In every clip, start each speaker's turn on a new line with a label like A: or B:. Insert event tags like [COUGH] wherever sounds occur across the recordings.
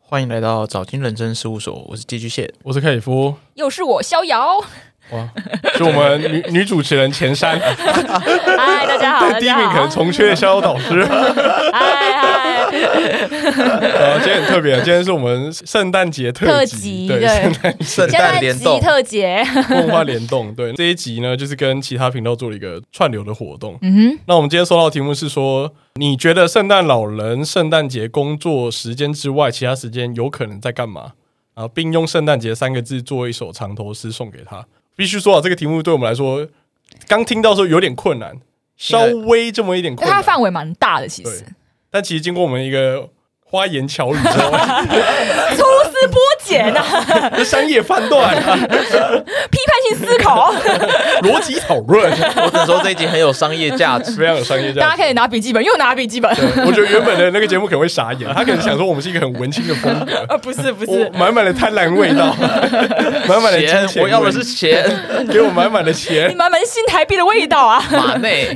A: 欢迎来到早金人生事务所，我是寄居蟹。
B: 我是凯夫，
C: 又是我逍 [LAUGHS] 遥。
B: 哇，是我们女女主持人前 [LAUGHS] 三，
C: 嗨，大家好，大
B: 对第一
C: 家
B: 名可能
C: 好。
B: 重缺的逍遥导师。 [LAUGHS]
C: 嗨嗨，
B: 呃，今天很特别，今天是我们圣诞节
C: 特
B: 特
C: 辑
B: 对，
C: 对
B: 圣诞
A: 圣
C: 现
A: 诞
C: 在
A: 联
C: 集
A: 动，
C: 特节，
B: 文化联动。对，这一集呢，就是跟其他频道做了一个串流的活动。
C: 嗯
B: 那我们今天收到的题目是说，你觉得圣诞老人圣诞节工作时间之外，其他时间有可能在干嘛？然后并用“圣诞节”三个字做一首长头诗送给他。必须说啊，这个题目对我们来说，刚听到的时候有点困难，稍微这么一点
C: 哼，因
B: 困
C: 为它
B: 难。
C: 范围蛮大的，其
B: 对
C: 实，
B: 但其实经过我们一个花言巧语之后， [LAUGHS]
C: 抽丝剥茧 [LAUGHS] 啊，
B: 这商业判断、啊、 [LAUGHS]
C: 批判性思考，
B: 逻辑讨论，
A: 我只能说这一集很有商业价
B: [LAUGHS]
A: 值。
B: 非常有商业价
C: 大家
B: 值。
C: 可以拿笔记本，又拿笔记本，
B: 对我觉得原本的那个节目可能会傻眼，他可能想说我们是一个很文青的风格，
C: [LAUGHS] 呃，不 [LAUGHS] 是不
B: 我
C: 是，
B: 满满的贪婪味
C: [LAUGHS]
B: 道，满满的金
A: 钱，
B: 钱味，
A: 我要的是钱，
B: 给我满满的钱 [LAUGHS]
C: 你满满是新台币的味道啊。
A: 马内。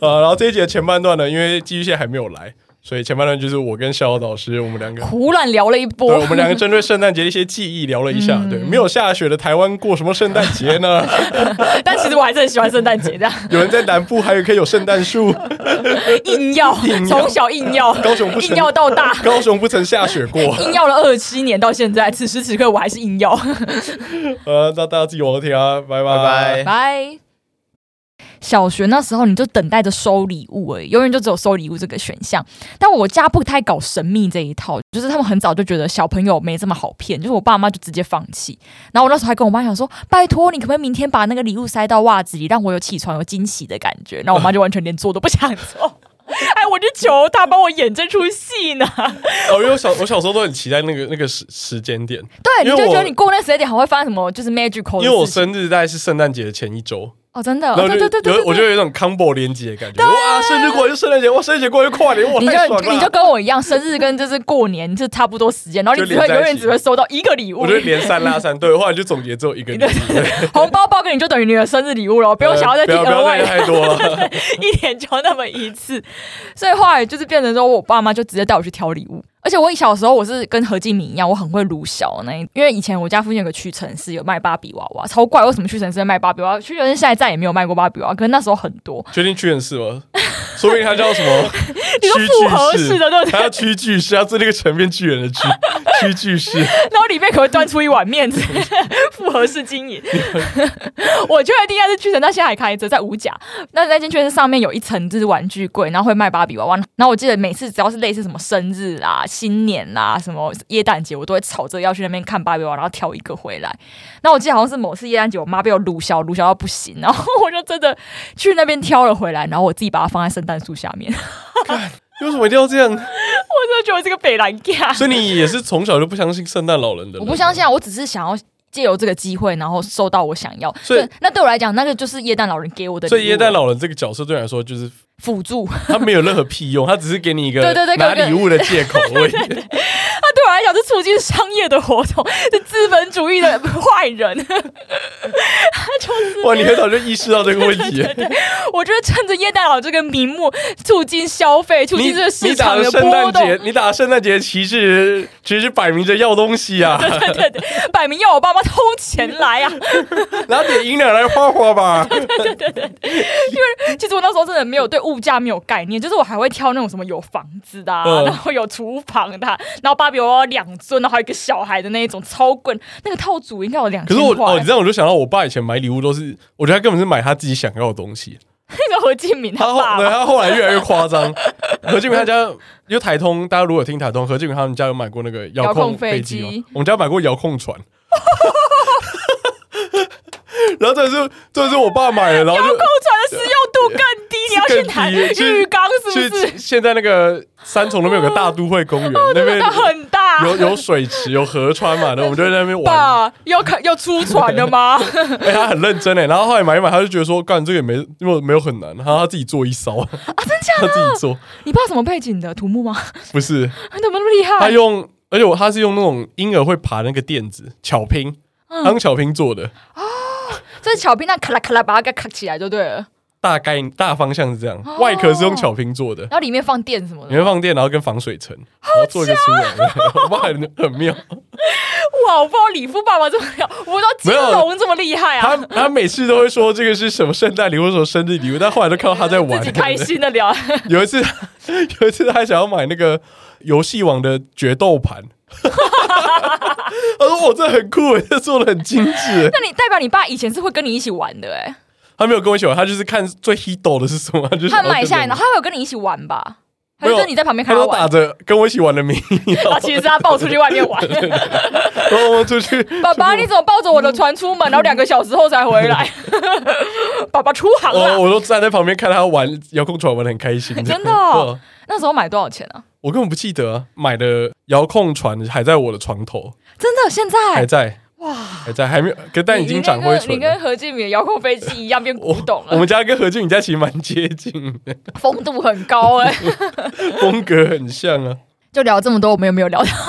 B: 呃，然后这一节的前半段呢，因为寄居蟹还没有来，所以前半段就是我跟逍遥导师我们两个。
C: 胡乱聊了一
B: 对，
C: 波
B: 我，们两个针对圣诞节的一些记忆聊了一下。
C: 嗯
B: 对，没有下雪的台湾过什么圣诞节呢？ [LAUGHS]
C: 但其实我还是很喜欢圣诞节这样，
B: 有人在南部还有可以有圣诞树，
C: [LAUGHS] 硬要
B: 硬要
C: 从小硬要，
B: 高雄不
C: 硬
B: 曾
C: 要到大，
B: 高雄不曾下雪过。
C: 硬要了二七年到现在，此时此刻我还是硬要。
B: 呃，那大家自己往后听啊，拜拜
A: 拜拜
C: 拜。小学那时候，你就等待着收礼物而已，永远就只有收礼物这个选项。但我家不太搞神秘这一套，就是他们很早就觉得小朋友没这么好骗，就是我爸妈就直接放弃。然后我那时候还跟我妈讲说：“拜托，你可不可以明天把那个礼物塞到袜子里，让我有起床有惊喜的感觉？”然后我妈就完全连做都不想做。哎，我就求她帮我演这出戏呢。
B: 哦，因为我小我小时候都很期待那个那个时时间点，
C: 对，你
B: 因为
C: 就
B: 我
C: 觉得你过那时间点还会发生什么，就是 magical
B: 因
C: 的
B: 为我
C: 事情
B: 生日大概是圣诞节的前一周，
C: 哦，真的，
B: 然后
C: 哦
B: 就
C: 对对对对，对
B: 有我就有一种 combo 连接的感觉，哇，生日过来就圣诞节，哇，圣诞节过来就跨年，哇，
C: [LAUGHS] 你
B: 太爽
C: 就你就
B: 了！
C: 跟我一样，生日跟就是过年是差不多时间，然后你只会
B: 就连在一起
C: 永远只会收到一个礼物
B: 我觉，得连三拉三，对，后来就总结只有一个礼物，
C: [LAUGHS] 红包包给你就等于你的生日礼物了，不
B: 不
C: 用想要再
B: 不
C: 订
B: 要不
C: 额
B: 要再
C: 外的，
B: 太多了。
C: 一年就那么一
B: [LAUGHS]
C: 次。所以后来就是变成说我爸妈就直接带我去挑礼物，而且我小时候我是跟何敬明一样，我很会撸小那一，因为以前我家附近有个屈臣氏有卖芭比娃娃，超怪，为什么屈臣氏会卖芭比娃娃？屈臣氏现在再也没有卖过芭比娃娃，可是那时候很多，
B: 决定屈臣氏吗？说不定它叫什么
C: 你说复合式的对不对
B: 它叫屈巨式，它做那个成变巨人的巨屈巨式。
C: 然后里面可能会端出一碗面子， [LAUGHS] 复合式经营。我确定那是屈臣，但现在还开着，在五甲。那那间屈臣上面有一层就是玩具柜，然后会卖芭比娃娃。然后我记得每次只要是类似什么生日啊、新年啊、什么耶诞节，我都会吵着要去那边看芭比娃娃，然后挑一个回来。那我记得好像是某次耶诞节，我妈被我撸小撸小到不行，然后我就真的去那边挑了回来，然后我自己把它放在圣诞树下面。 [LAUGHS] 我
B: 为什么一定要这样？
C: 真的觉得我是个北兰架。 [LAUGHS]
B: 所以你也是从小就不相信圣诞老人的？
C: 我不相。信啊，我只是想要借由这个机会，然后收到我想要。
B: 所以
C: 对那对我来讲，那个就是耶诞老人给我的礼物，
B: 所以耶诞老人这个角色对你来说，就是
C: 辅助。 [LAUGHS]
B: 他没有任何屁用，他只是给你一个
C: 对对对
B: 拿
C: 给我一个
B: 礼物的借口
C: [LAUGHS]
B: 而已。
C: 那对我来讲是促进商业的活动，是资本主义
B: [LAUGHS]
C: 的坏人。 [LAUGHS]
B: 哇，你很早就意识到这个问
C: [LAUGHS]
B: 题，
C: 我就是趁着耶诞老这个名目，促进消费，促
B: 你
C: 进这个市
B: 你打
C: 场
B: 了
C: 的
B: 圣
C: 波
B: 诞节
C: 动。，
B: 你打了圣诞节旗帜，其实摆明着要东西
C: [LAUGHS]
B: 啊，
C: [LAUGHS] 对对对，摆明要我爸妈偷钱来啊！
B: 拿点银两来花花
C: [LAUGHS]
B: 吧。
C: 其实我那时候真的没有对物价没有概念，就是我还会挑那种什么有房子的、啊，
B: 嗯
C: 然后有厨房的啊、然后芭比娃娃两尊，然后还有一个小孩的那一种，超贵，那个套组应该有两
B: 可
C: 千
B: 是
C: 块。
B: 我哦，你这样我就想到我爸以前买礼物都是，我觉得他根本是买他自己想要的东西。
C: 那个何敬明
B: 他
C: 他
B: 后
C: 爸
B: 对
C: 爸，
B: 他后来越来越夸张。 [LAUGHS] 何敬明他家因为台通，大家如果有听台通，何敬明他们家有买过那个遥
C: 遥控
B: 控飞机
C: 飞
B: 哦
C: 机，
B: 我们家买过遥控船。 [LAUGHS] 然后这是这是我爸买了，然后
C: 遥
B: 就
C: 控船的使用度更低，你要去哪？
B: 是更低是
C: 浴缸是不是？
B: 去现在那个三重那边有个大都会公园，那边
C: 它很大。
B: 有有水池、有河川嘛，然后我们就在那边玩。
C: 爸，要看要出船
B: [LAUGHS]
C: 了吗？
B: 哎、他很认真哎，然后后来买一买，他就觉得说，干这个也没没有没有很难，然后他自己做一艘，啊， [LAUGHS] 真的？他自己做，
C: 你爸什么背景的？土木吗？ [LAUGHS]
B: 不是
C: 你怎么那么厉
B: 他
C: 害？
B: 用，而且我他是用那种婴儿会爬那个垫子巧拼，
C: 嗯
B: 他用巧拼做的，
C: 这是巧兵那咔啦咔啦把它给卡起来就对了，
B: 大概
C: 哦
B: 大方向是这样，外壳是用巧拼做的，
C: 然后里面放电什么
B: 里
C: 的。
B: 面放电，然后跟防水层，好后做一个出来， [LAUGHS] 我爸很很妙。
C: 哇，我不知道李夫爸爸这么厉害，我不知道金
B: 没有
C: 融这么厉害啊
B: 他。他每次都会说这个是什么圣诞礼物，什么生日礼物，但后来都看到他在玩，
C: 自己开心的 [LAUGHS] 聊，
B: 有一次， [LAUGHS] 有一次他还想要买那个游戏王的决斗盘， [LAUGHS] 他说：“我这很酷耶，这做的很精致。
C: 那你代表你爸以前是会跟你一起玩的哎、”
B: 他没有跟我一起玩，他就是看最 hit 的是什么，他就是
C: 他买下来，然
B: 呢，
C: 后他有跟你一起玩吧？还
B: 没有
C: 是你在旁边
B: 他
C: 看他
B: 都打
C: 玩？
B: 着跟我一起玩的名
C: [LAUGHS]
B: 义，
C: 啊，其实是他抱出去
B: [LAUGHS]
C: 外面玩。
B: 然后我们出去，
C: 爸爸，你怎么抱着我的船出门，然后两个小时后才回来？ [LAUGHS] 爸爸出航
B: 我
C: 了，
B: 我都站在旁边看他玩遥控船，玩的很开心。
C: 真的
B: [LAUGHS] 对啊
C: 哦那时候买多少钱啊？
B: 我根本不记得啊买的遥控船还在我的床头，
C: 真的，现
B: 还
C: 在
B: 在，
C: 哇，
B: 还在，还没有，可哎但已经长
C: 你
B: 灰
C: 你跟
B: 尘
C: 你跟
B: 了。
C: 何敬敏的遥控飞机一样变古
B: 我
C: 董
B: 我
C: 了，
B: 们家跟何俊宇家其实蛮接近的。
C: 风度很高哎、
B: 风格很像
C: [LAUGHS]
B: 啊。
C: 就聊这么多，我们有没有聊到？ [LAUGHS]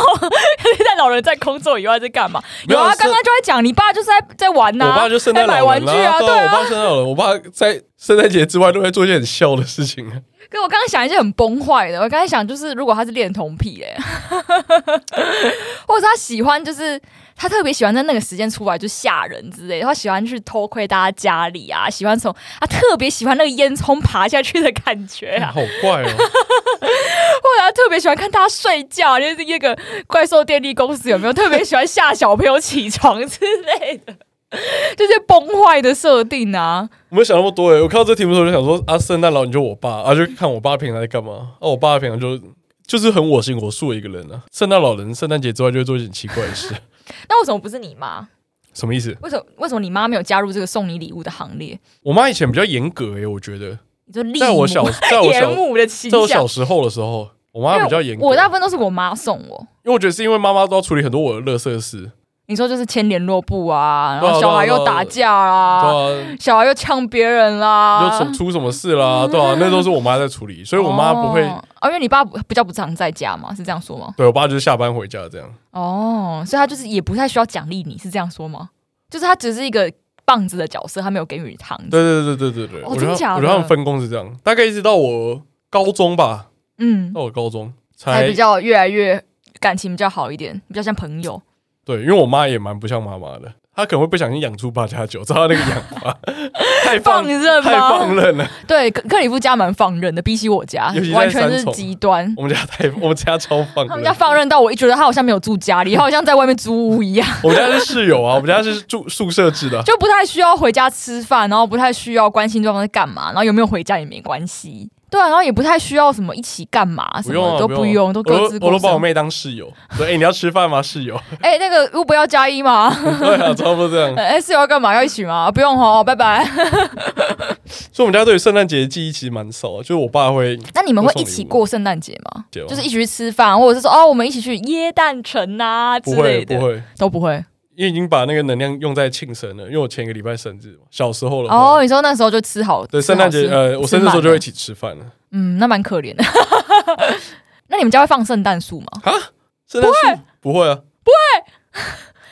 C: 在老人在工作以外在干嘛？
B: 没有
C: 有啊，
B: 是
C: 刚刚就在讲，你爸就是在在玩呐、
B: 我爸就圣
C: 在
B: 诞
C: 买
B: 老
C: 玩
B: 人
C: 具
B: 啦、
C: 啊，
B: 对
C: 对
B: 我
C: 啊。
B: 爸圣诞老人，我爸在圣诞节之外都会做一些很笑的事情啊。
C: 可我刚刚想一些很崩坏的，我刚才想就是，如果他是恋童癖嘞、 [LAUGHS] 或者是他喜欢就是他特别喜欢在那个时间出来就吓人之类的，他喜欢去偷窥大家家里啊，喜欢从他特别喜欢那个烟囱爬下去的感觉啊，
B: 好怪哦，
C: 或者他啊特别喜欢看大家睡觉，就是那个怪兽电力公司有没有特别喜欢吓小朋友起床之类的， [LAUGHS] 这些崩坏的设定啊，
B: 我没有想那么多诶。欸我看到这题目的时候就想说啊，圣诞老人就我爸啊，就看我爸平常在干嘛。啊，我爸平常就就是很我行我素的一个人啊。圣诞老人圣诞节之外就会做一些很奇怪的事， [LAUGHS]
C: 那为什么不是你妈？
B: 什么意思？
C: 为什么为什么你妈没有加入这个送你礼物的行列？
B: 我妈以前比较严格诶、欸我觉得
C: 你就立
B: 在我
C: 母
B: 小在
C: [LAUGHS]
B: 我
C: 严
B: 小
C: 母的形
B: 在我
C: 象
B: 小。时候的时候，我妈比较严
C: 因为
B: 格，
C: 我大
B: 因
C: 部分都是我妈送我。
B: 为我觉得是因为妈妈都要处理很多我的乐色事，
C: 你说就是签联络簿啊，然
B: 对啊
C: 后小孩
B: 对啊
C: 又打架
B: 对
C: 啊，
B: 啊，
C: 小孩又呛别人
B: 就
C: 啦
B: 什，么出什么事啦，对
C: [LAUGHS]
B: 啊，那都是我妈在处理，所以我妈不会，
C: 哦啊，因为你爸不比较不常在家嘛，是这样说吗？
B: 对我爸就是下班回家这样，
C: 哦，所以他就是也不太需要奖励你，是这样说吗？就是他只是一个棒子的角色，他没有给予你糖。
B: 对对对对对对，
C: 哦
B: 我觉得
C: 真
B: 他
C: 假的
B: 我觉得他们分工是这样，大概一直到我高中吧，
C: 嗯，
B: 到我高中
C: 才
B: 才
C: 比较越来越感情比较好一点，比较像朋友。
B: 对，因为我妈也蛮不像妈妈的，她可能会不小心养出八加九，知道她那个养法太
C: 放
B: 放
C: 任
B: 太
C: 吗？
B: 放任了，
C: 对，克克里夫家蛮放任的，比起我家
B: 尤其在
C: 完全是
B: 三重哦
C: 极端。
B: 我们家太我们家超放
C: 他们家
B: 任，
C: 放任到我一觉得他好像没有住家里，他好像在外面租屋一样，
B: 我们家是室友啊，我们家是住宿舍制的，
C: 就不太需要回家吃饭，然后不太需要关心对方在干嘛，然后有没有回家也没关系。对啊，然后也不太需要什么一起干嘛，什
B: 不用
C: 么
B: 啊
C: 都
B: 不
C: 用，
B: 啊
C: 都
B: 我
C: 各自
B: 都
C: 过
B: 我都
C: 生
B: 把我
C: 活。
B: 妹当室友，说哎你要吃饭吗室友， [LAUGHS]
C: [LAUGHS] 哎、那个如果要加一吗？ [LAUGHS]
B: 对啊差不多这样。
C: 哎、室友要干嘛？要一起吗？不用哦，拜拜。
B: 所以我们家对于圣诞节的记忆其实蛮少的，就是我爸会，
C: [LAUGHS] 那你们会一起过圣诞节吗？
B: 就
C: 就是一起去吃饭，或者是说哦，我们一起去耶诞城啊之
B: 不
C: 类
B: 会
C: 的，
B: 不会，
C: 都不会。
B: 因为已经把那个能量用在庆生了，因为我前一个礼拜生日嘛，小时候了
C: 哦，，你说那时候就吃好，
B: 对，
C: 吃好
B: 圣诞节
C: 吃
B: 呃，我生日的时候就会一，起吃饭了。
C: 吃满了嗯，那蛮
B: [LAUGHS]
C: 可怜的。 [LAUGHS] 那你们家会放圣诞树吗？
B: 圣诞树不会啊，不会，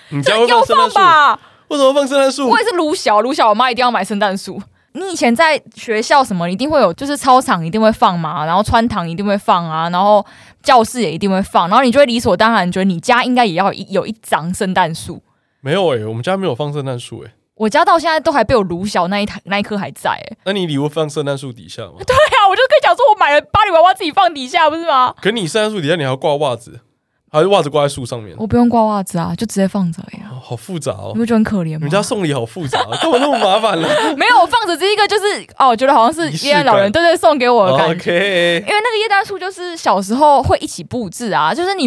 B: 你家会
C: 要
B: 圣诞
C: 放
B: 树？
C: 吧？
B: 为什么放圣诞树
C: 我？也是卢小，卢小我妈一定要买圣诞树。你以前在学校什么，你一定会有，就是操场一定会放嘛，然后穿堂一定会放啊，然后教室也一定会放，然后你就会理所当然觉得你家应该也要有一有一张圣诞树。
B: 没有哎，我们家没有放圣诞树哎。
C: 我家到现在都还被我卢小那一台那一棵还在、欸，
B: 那你礼物放圣诞树底下吗？
C: 对啊，我就跟你讲说，我买了芭比娃娃自己放底下，不是吗？
B: 可你圣诞树底下你还要挂袜子，还是袜子挂在树上面？
C: 我不用挂袜子啊，就直接放着而已啊、
B: 哦好复杂哦
C: 你，不觉得很可怜
B: 你
C: 吗
B: 们？家送礼好复杂哦，干嘛那么麻烦呢
C: 没有，我放着这一个就是哦，我觉得好像
B: 仪
C: 是
B: 式哦
C: 耶诞老人对对送给 [LAUGHS] 我的感觉。
B: ？OK，
C: 因为那个耶诞树就是小时候会一起布置啊，就是你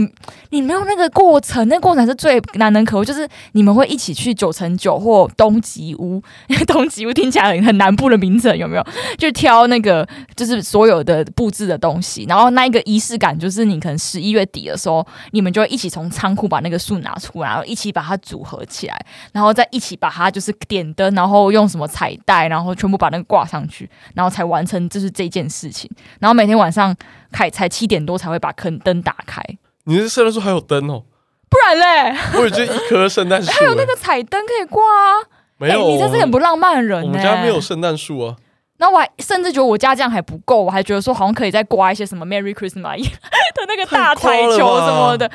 C: 你没有那个过程，那个过程是最难能可贵，就是你们会一起去九层九或东极屋， [LAUGHS] 东极屋听起来很很南部的名称有没有？就挑那个就是所有的布置的东西，然后那一个仪式感就是你可能十一月底的时候，你们就会一起从仓库把那个树拿出来，然后一起把它组合起来，然后再一起把它就是点灯，然后用什么彩带，然后全部把那个挂上去，然后才完成就是这件事情。然后每天晚上开才七点多才会把坑灯打开，
B: 你这圣诞树还有灯哦。
C: 不然 [LAUGHS] 嘞，
B: 我也就一棵圣诞树、
C: [LAUGHS] 还有那
B: 欸
C: 个彩灯可以挂啊。
B: 没有、哦
C: 欸你真是很不浪漫的人、
B: 我
C: 欸呢。
B: 们我们家没有圣诞树啊，
C: 那我还甚至觉得我家这样还不够，我还觉得说好像可以再挂一些什么
B: [LAUGHS]
C: Merry Christmas 的那个大彩球什么的。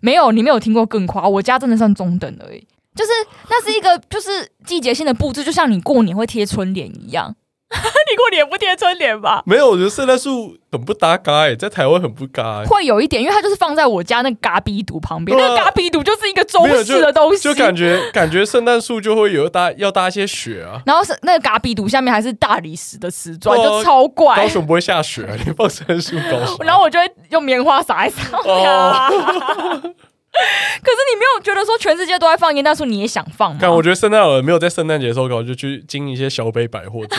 C: 没有，你没有听过更夸，我家真的算中等而已。就是那是
B: [LAUGHS]
C: 一个就是季节性的布置，就像你过年会贴春联
B: [LAUGHS]
C: 一样。你过年不贴春联吧？
B: 没有，我觉得圣诞树很不搭嘎哎、在台湾很不嘎、欸，
C: 会有一点，因为它就是放在我家那个嘎逼毒旁边，
B: 对
C: 那
B: 啊
C: 个嘎逼毒就是一个中
B: 没有
C: 式的东西，
B: 就
C: 啊
B: 感觉感觉圣诞树就会有搭要搭一些雪啊。
C: 然后是那个嘎比毒下面还是大理石的瓷砖，
B: 哦
C: 就超怪
B: 高。雄不会下雪、啊，你放圣诞树高啊雄。
C: [LAUGHS] 然后我就会用棉花撒在上
B: [LAUGHS]
C: 面啊。可是你没有觉得说全世界都在放烟弹树，你也想放
B: 看，我
C: 吗？
B: 觉得圣诞老人没有在圣诞节的时候搞，就去经营一些小北百货之类的，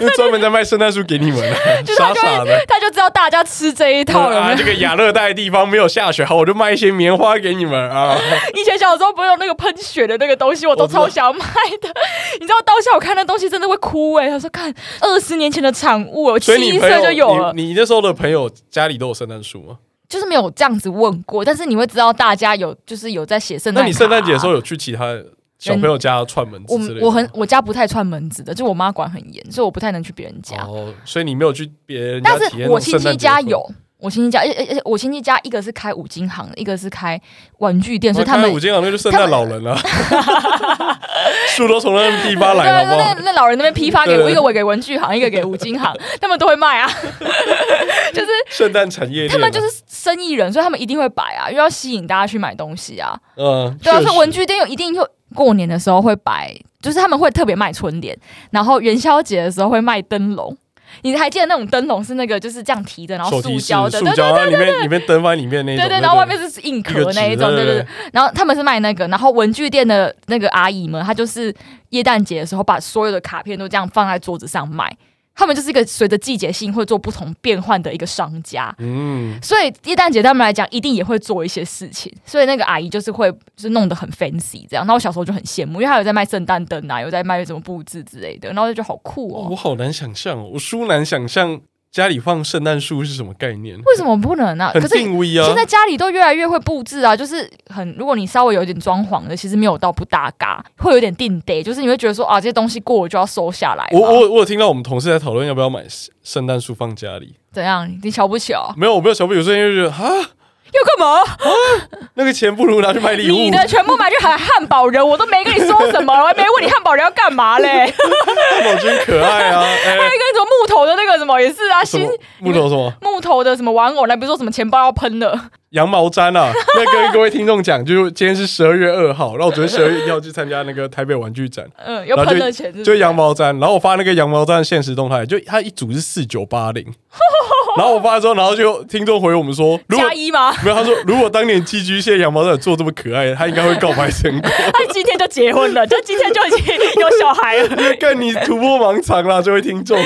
C: [LAUGHS]
B: 因为专门在卖圣诞树给你们、啊，
C: 就是他
B: 傻
C: 就
B: 傻
C: 会
B: 的。
C: 他就知道大家吃这一套了。
B: 啊，
C: 没
B: 这
C: 有
B: 个亚热带的地方没有下雪，好，我就卖一些棉花给你们
C: [LAUGHS]
B: 啊。
C: 以前小时候不是有那个喷血的那个东西，我都
B: 我知道
C: 超想买的。你知道当下我看那东西真的会哭哎、他说看二十年前的产物，我
B: 所
C: 七
B: 以你朋
C: 岁
B: 友
C: 就有了。
B: 你，你那时候的朋友家里都有圣诞树吗？
C: 就是没有这样子问过，但是你会知道大家有就是有在写圣
B: 那
C: 诞。啊
B: 你圣诞节的时候？有去其他小朋友家串门子
C: 我
B: 之类的吗？
C: 我很我家不太串门子的，就我妈管很严，所以我不太能去别人家。
B: 哦，所以你没有去别人家
C: 但
B: 体验那
C: 是
B: 种
C: 我
B: 圣
C: 亲
B: 诞
C: 戚
B: 节的哦
C: 家
B: 氛围，
C: 有，我亲戚家，而且而且我亲戚家一个是开五金行的，一个是开玩具店，所以他们
B: 我看五金行那就圣诞老人了，树都从那个地方来
C: 对 [LAUGHS] 对
B: 了，好不好？
C: 对，那老人那边批发给
B: 对 [LAUGHS]
C: 我，
B: 对
C: 一个我给文具行，一个给五金行，他们都会卖啊。就是
B: 圣诞产业链啊，
C: 他们就是生意人，所以他们一定会摆啊，因为要吸引大家去买东西啊。
B: 嗯，
C: 对啊，
B: 确
C: 所以
B: 实
C: 文具店有一定有过年的时候会摆，就是他们会特别卖春联，然后元宵节的时候会卖灯笼。你还记得那种灯笼是那个就是这样提的，然后
B: 手
C: 塑
B: 提
C: 胶
B: 式
C: 的，
B: 塑
C: 对对
B: 胶，然后里面里面灯啊放在里面那
C: 对
B: 种，
C: 对对，然后外面是硬壳那一种，
B: 一个纸
C: 对
B: 对
C: 对
B: 对
C: 对。然后他们是卖那个，然后文具店的那个阿姨们，她就是耶诞节的时候把所有的卡片都这样放在桌子上卖，他们就是一个随着季节性会做不同变换的一个商家。
B: 嗯，
C: 所以耶诞节对他们来讲，一定也会做一些事情。所以那个阿姨就是会，就是弄得很 fancy 这样。那我小时候就很羡慕，因为她有在卖圣诞灯啊，有在卖什么布置之类的，然后就觉得好酷
B: 哇
C: 哦。
B: 我好难想象哦，我殊难想象家里放圣诞树是什么概念，
C: 为什么不能呢、
B: 很
C: 可是
B: 定位啊，
C: 现在家里都越来越会布置啊，就是很，如果你稍微有一点装潢的，其实没有到不搭嘎，会有点定得，就是你会觉得说啊，这些东西过我就要收下来吧。
B: 我我我有听到我们同事在讨论要不要买圣诞树放家里，
C: 怎样？你瞧不起哦？
B: 没有，我没有小朋友，所以就觉得啊，
C: 要干嘛？
B: 那个钱不如拿去买礼
C: 你
B: 物， [LAUGHS]
C: 的全部买去喊汉堡人，我都没跟你说什么，我还没问你汉堡人要干嘛
B: [LAUGHS]
C: 嘞。
B: 汉堡君可爱
C: [LAUGHS]
B: 啊，哎、
C: 还有一个什么木头的那个什么也是啊，
B: 什
C: 新
B: 么木头什么
C: 木头的什么玩偶，那不是说什么钱包要喷的，
B: 羊毛毡啊？ [LAUGHS] 那跟各位听众讲，就是今天是十二月二号，然后我昨天十二月一号去参加那个台北玩具展，
C: 嗯，又
B: 然后
C: 喷了钱是不是
B: 就羊毛毡，然后我发那个羊毛毡的现实动态，就它一组是四九八零，然后我发了之后，然后就听众回我们说，如果
C: 加一吗？
B: 没有，他说如果当年寄居蟹羊毛毡有做这么可爱，他应该会告白成功。 [LAUGHS]
C: 他哎今天就结婚了，就今天就已经有小孩了。
B: 看你突破盲肠啦，这位听众，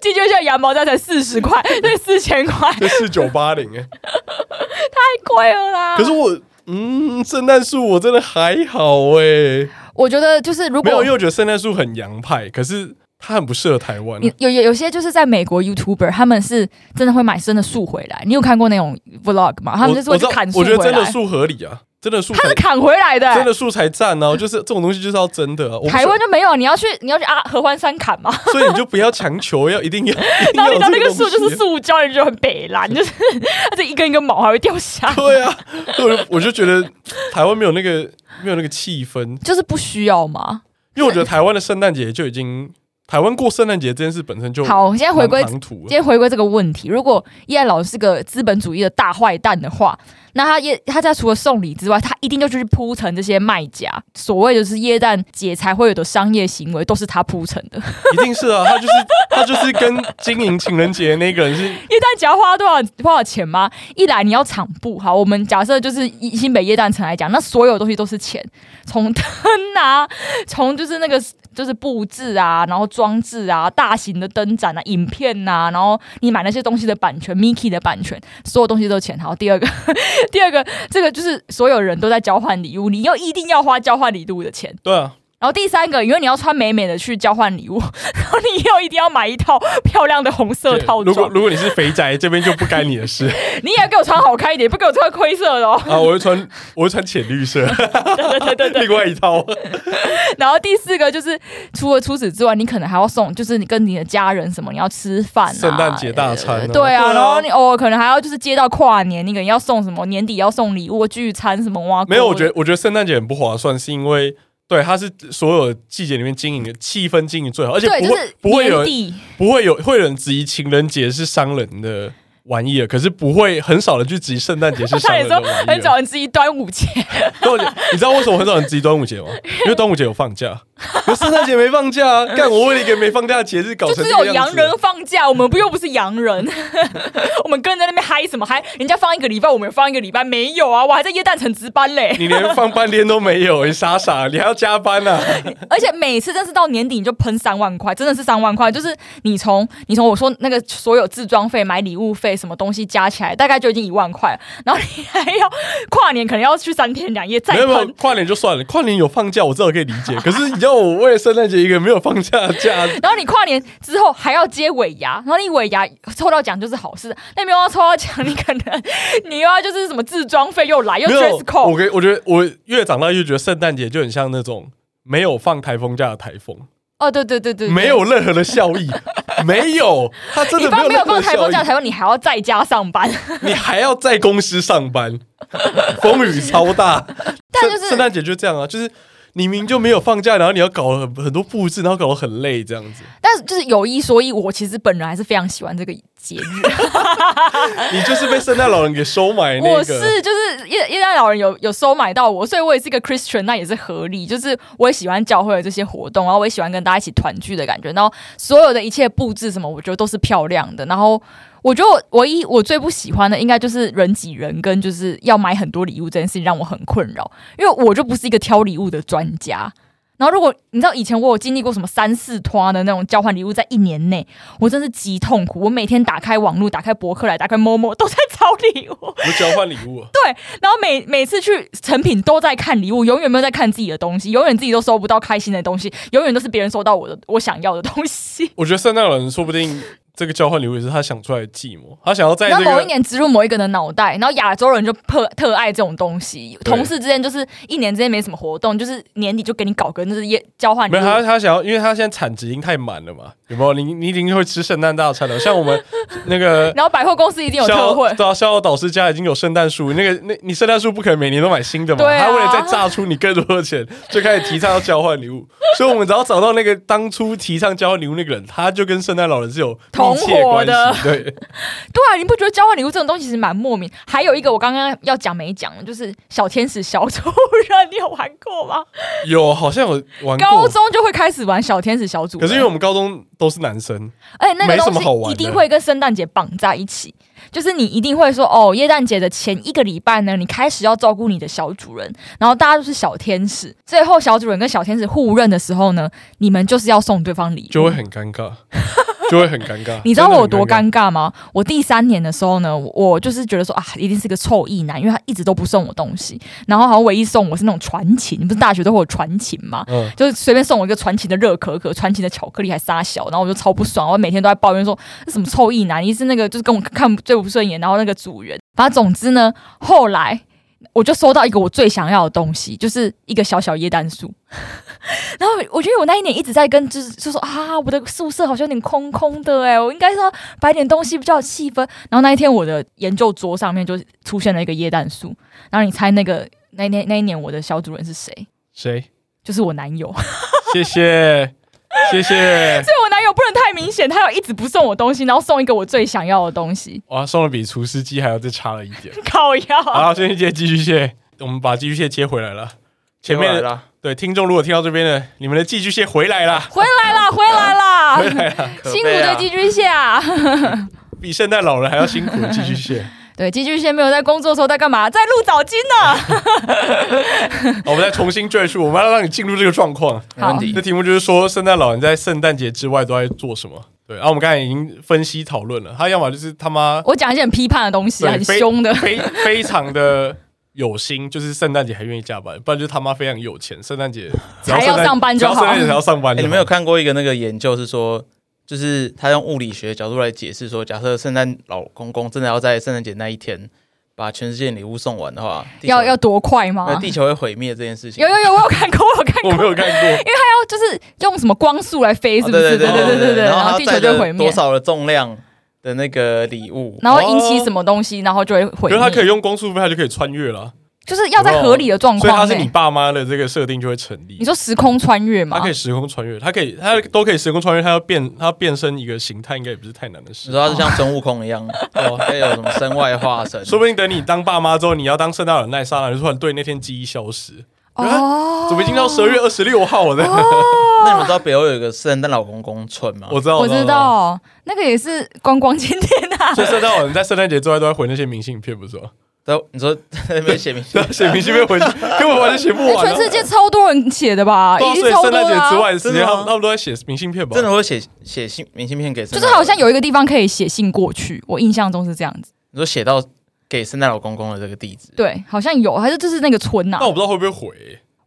C: 进去像羊毛毡才四十块，对，四千块，太
B: 这四九八零哎。
C: 贵了啦。
B: 可是我，嗯，圣诞树我真的还好哎、
C: 我觉得就是如
B: 没有，
C: 果
B: 因为我觉得圣诞树很洋派，可是它很不适合台湾。啊
C: 你有有有些就是在美国 YouTuber，他们是真的会买真的树回来。你有看过那种 Vlog 吗？他们就是
B: 我我
C: 会
B: 知
C: 去
B: 道
C: 砍，树
B: 我觉
C: 回
B: 得真的
C: 来，
B: 树合理啊，真的树
C: 他
B: 才
C: 是砍回来的、
B: 真的树才赞哦、就是这种东西就是要真的、啊。我不是
C: 台湾就没有，你要去你要去啊合欢山砍吗？
B: 所以你就不要强求，要一
C: [LAUGHS]
B: 定要。一定要
C: 然后
B: 有
C: 你知道那个
B: 这
C: 树
B: 东西
C: 就是塑胶，你就觉得很北蓝，就是 [LAUGHS] 它这一根一根毛还会掉下来，
B: 对啊，所以我就我就觉得台湾没有那个没有那个气氛，
C: 就是不需要嘛。
B: 因为我觉得台湾的圣诞节就已经，台湾过圣诞节这件事本身就
C: 好，我现在回归
B: 蛮唐突
C: 今
B: 了，
C: 天回归这个问题，如果叶老师是个资本主义的大坏蛋的话，那他耶他在除了送礼之外，他一定就是去铺陈这些卖家所谓就是耶诞节才会有的商业行为，都是他铺陈的。
B: 一定是啊，他就是他就是跟经营情人节那个人是
C: 耶诞节要花多少多少钱吗？一来你要场布，好，我们假设就是以新北耶诞城来讲，那所有东西都是钱，从灯啊， [LAUGHS] 从就是那个就是布置啊，然后装置啊，大型的灯展啊，影片呐、啊，然后你买那些东西的版权，Mickey 的版权，所有东西都是钱。好，第二个， [LAUGHS] 第二个，这个就是所有人都在交换礼物，你又一定要花交换礼物的钱。
B: 对啊，
C: 然后第三个，因为你要穿美美的去交换礼物， [LAUGHS] 然后你又一定要买一套漂亮的红色套
B: 如果
C: 装。
B: 如果你是肥宅，这边就不干你的
C: [LAUGHS]
B: 事
C: 你也要给我穿好看一点，不给我穿灰色的哦。
B: 啊！我会穿我会穿浅绿色，
C: [LAUGHS] 对对对对对对。
B: 另外一套，
C: 然后第四个就是，除了除此之外，你可能还要送，就是你跟你的家人什么，你要吃饭啊，
B: 圣诞节大餐啊
C: 对啊，
B: 对啊
C: 然后你偶尔可能还要就是接到跨年，你可能要送什么，年底要送礼物、聚餐什么哇。
B: [LAUGHS] 没有，我觉得我觉得圣诞节很不划算，是因为对它是所有季节里面经营的气氛经营最好，而且
C: 对，
B: 不
C: 就
B: 会
C: 是
B: 不会有
C: 年
B: 人
C: 底
B: 不会有会有人质疑情人节是商人的玩意儿，可是不会很少人去质疑圣诞节是商
C: 差
B: 人
C: 点
B: 的啊
C: 说 [LAUGHS]
B: 玩意
C: 很
B: 儿。 [LAUGHS]
C: 早人自己端午节，
B: 端午节，你知道为什么很少人质疑端午节
C: [LAUGHS]
B: 吗？因为端午节有放假，可是圣诞节没放假啊！干我为了一个没放假的节日搞
C: 就
B: 成
C: 只
B: 这
C: 有
B: 哦个样
C: 洋
B: 子
C: 人放假，我们不又不是洋人， [LAUGHS] 我们跟在那边嗨什么嗨？人家放一个礼拜，我们有放一个礼拜，没有啊，我还在耶诞城值班嘞。
B: 你连放半天都没有，你傻傻，你还要加班呐、啊？
C: 而且每次真是到年底你就喷三万块，真的是三万块，就是你从你从我说那个所有自装费、买礼物费什么东西加起来，大概就已经一万块了，然后你还要跨年可能要去三天两夜再
B: 没有没有
C: 喷。，
B: 跨年就算了，跨年有放假我至少可以理解。可是你要我为了圣诞节一个没有放假的假，
C: 然后你跨年之后还要接尾牙，然后你尾牙抽到奖就是好事，那没有要抽到奖，你可能 [LAUGHS] 你又要就是什么自装费又 [LAUGHS] 来又
B: 没
C: dress
B: 有，我
C: code，
B: 跟我觉得我越长大越觉得圣诞节就很像那种没有放台风假的台风，
C: 哦对对对对，对
B: 没有。任何的效
C: [LAUGHS]
B: 益，没有，它真
C: 你
B: 的
C: 放
B: 没
C: 没有
B: 有任何
C: 放
B: 的
C: 台
B: 效
C: 风
B: 益
C: 假，，台风你还要在家上班， [LAUGHS]
B: 你还要在公司上班，风雨超大。
C: 但
B: 圣
C: 就是
B: 圣诞节就这样啊，就是你明明就没有放假，然后你要搞很很多布置，然后搞得很累这样子。
C: 但是就是有一说一，我其实本人还是非常喜欢这个节日。
B: 你就是被圣诞老人给收买那个。
C: 我是就是耶耶诞老人有有收买到我，所以我也是一个 Christian，那也是合理。就是我也喜欢教会的这些活动，然后我也喜欢跟大家一起团聚的感觉。然后所有的一切布置什么，我觉得都是漂亮的。然后我觉得我唯一我最不喜欢的，应该就是人挤人跟就是要买很多礼物这件事情让我很困扰，因为我就不是一个挑礼物的专家。然后，如果你知道以前我有经历过什么三四拖的那种交换礼物，在一年内，我真是极痛苦。我每天打开网络，打开博客来，打开 Momo，都在找礼物。
B: 我交换礼物啊，
C: 然后每每次去成品都在看礼物，永远没有在看自己的东西，永远自己都收不到开心的东西，永远都是别人收到我的我想要的东
B: [LAUGHS]
C: 西。
B: 我觉得圣诞老人说不定这个交换礼物也是他想出来的计谋，他想要在
C: 然
B: 这
C: 后某
B: 个
C: 一年植入某一个人的脑袋，然后亚洲人就特特爱这种东西。
B: 对
C: 同事之间就是一年之间没什么活动，就是年底就给你搞个就是也交换礼
B: 没有他
C: 物。
B: 他想要，因为他现在产值已经太满了嘛，有没有？你你已经会吃圣诞大餐了，像我们那
C: [LAUGHS]
B: 个。
C: 然后百货公司一定有特惠
B: 校，对啊，校友导师家已经有圣诞树，那个那你圣诞树不可能每年都买新的嘛，
C: 对啊
B: 他为了再榨出你更多的钱，就开始提倡要交换礼
C: [LAUGHS]
B: 物，所以我们只要找到那个当初提倡交换礼物那个人，他就跟圣诞老人是有密切
C: 同伙
B: 关系
C: 的，
B: 对，
C: 对啊，你不觉得交换礼物这种东西其实蛮莫名？还有一个我刚刚要讲没讲，就是小天使小 [LAUGHS] 主任，你有玩过吗？
B: 有好像有玩过，
C: 高中就会开始玩小天使小主
B: 可
C: 任，
B: 是因为我们高中都是男生，
C: 而且那个
B: 没什么好
C: 东
B: 玩
C: 西
B: 的
C: 一定会跟圣诞节绑在一起，就是你一定会说哦，耶诞节的前一个礼拜呢，你开始要照顾你的小主人，然后大家都是小天使，最后小主人跟小天使互认的时候呢，你们就是要送对方礼物，
B: 就会很尴
C: [LAUGHS]
B: 尬，就会很尴尬。
C: 你知道我有多
B: 真的很
C: 尴尬吗？我第三年的时候呢，我我就是觉得说啊，一定是个臭意男，因为他一直都不送我东西，然后好像唯一送我是那种传情，不是大学都会有传情吗？
B: 嗯
C: 就是随便送我一个传奇的热可可、传奇的巧克力还沙小，然后我就超不爽，我每天都在抱怨说这什么臭意男，一是那个就是跟我看最不顺眼，然后那个组员，反正总之呢，后来我就收到一个我最想要的东西，就是一个小小椰蛋树。 [LAUGHS] 然后我觉得我那一年一直在跟就是就说啊，我的宿舍好像有点空空的哎、我应该是要摆点东西比较有气氛。然后那一天我的研究桌上面就出现了一个椰蛋树，然后你猜那个那一年那一年我的小主人是谁？
B: 谁？
C: 就是我男友。
B: 谢
C: [LAUGHS]
B: 谢，谢谢。
C: 对我男友不能太明显，他要一直不送我东西，然后送一个我最想要的
B: [LAUGHS]
C: 东西，
B: 哇，送的比厨师机还要再差了一点。
C: 靠药。
B: 好，先去接寄居蟹，我们把寄居蟹接回来了。前面
A: 来
B: 的
A: 了，
B: 对听众如果听到这边的，你们的寄居蟹回来了，
C: 回
B: [LAUGHS]
C: 来啦，回来啦！
B: 啊
C: [LAUGHS] 辛苦的寄
A: 机，
C: 居蟹啊！ [LAUGHS]
B: 比圣诞老人还要辛苦的寄居蟹。
C: 对，寄居蟹没有在工作的时候在干嘛？在录早
B: [LAUGHS]
C: 金呢。
B: 好我们再重新赘述，我们要让你进入这个状况。
A: 没问题
B: 这。题目就是说，圣诞老人在圣诞节之外都在做什么？对，然、啊后我们刚才已经分析讨论了，他要么就是他妈
C: 我讲一些很批判的东西，啊
B: 对
C: 很
B: 非
C: 凶
B: [LAUGHS]
C: 的。
B: 非非常的有心，就是圣诞节还愿意加班，不然就是他妈非常有钱，圣诞
C: [LAUGHS]
B: 节只
C: 才要
B: 圣诞
C: 上班就好
B: 只要圣诞节才要上班
A: 哎
B: 就好。
A: 你们有看过一个那个研究是说，就是他用物理学角度来解释说，假设圣诞老公公真的要在圣诞节那一天把全世界礼物送完的话，地球
C: 要要多快吗？
A: 呃地球会毁灭这件事情
C: 有。有有，我有看过，我有看
B: [LAUGHS] 我
C: 过，
B: 没有看过，
C: 要就是用什么光速来飞，是
A: 哦
C: 不是？
A: 对
C: 对
A: 对
C: 对对对，
A: 然
C: 然
A: 后
C: 后
A: 它
C: 地球
A: 载
C: 就
A: 着
C: 会毁灭
A: 多，少的重量的那个礼物，
C: 然后引起什么东西，然后就会毁
B: 可是他哦可以
C: 灭。
B: 用光速飞，他就可以穿越了，
C: 就是要在合理的状
B: 所以他
C: 况
B: 是你
C: 内。
B: 爸妈的这个设定就会成立
C: 欸你。说时空穿越
B: 他
C: 吗
B: 可以？时空穿越，他可以，他都可以时空穿越，他要变，他变身一个形态，应该也不是太难的
A: 你
B: 事。
A: 说它是像孙悟空一样，哦，还有什么身外化身？
B: 说不定等你当爸妈之后，你要当圣诞老人那一刹那，你就突然对那天记忆消失。
C: 哦，
B: 怎么已经到十二月二十六号了？
A: 那你们知道北欧有一个圣诞老公公村吗？
B: [LAUGHS] 我知道，
C: 我知。道，那个也是观光景点啊。
B: 所以圣诞老人在圣诞节之外都在回那些明信片，不是吗？
A: 都你说那边写明信片，
B: [LAUGHS] 写明信片回
C: [LAUGHS]
B: 去，根本完全写不
C: 那
B: 完啊。
C: 哎全世界超多人写的吧，
B: 对啊
C: 一
B: 所
C: 定
B: 以
C: 超
B: 圣
C: 多
B: 诞节
C: 的
B: 之
C: 啊。
B: 外的时
A: 真
B: 间，
A: 的
B: 他
A: 吗
B: 们他们都在写明信片吧？
A: 真的会写写信明信片给圣
C: 就
A: 诞
C: 是
A: 老人，
C: 好像有一个地方可以写信过去，我印象中是这样子。
A: 你说写到给圣诞老公公的这个地址，
C: 对，好像有，还是就是那个村呐、
B: 那我不知道会不会毁。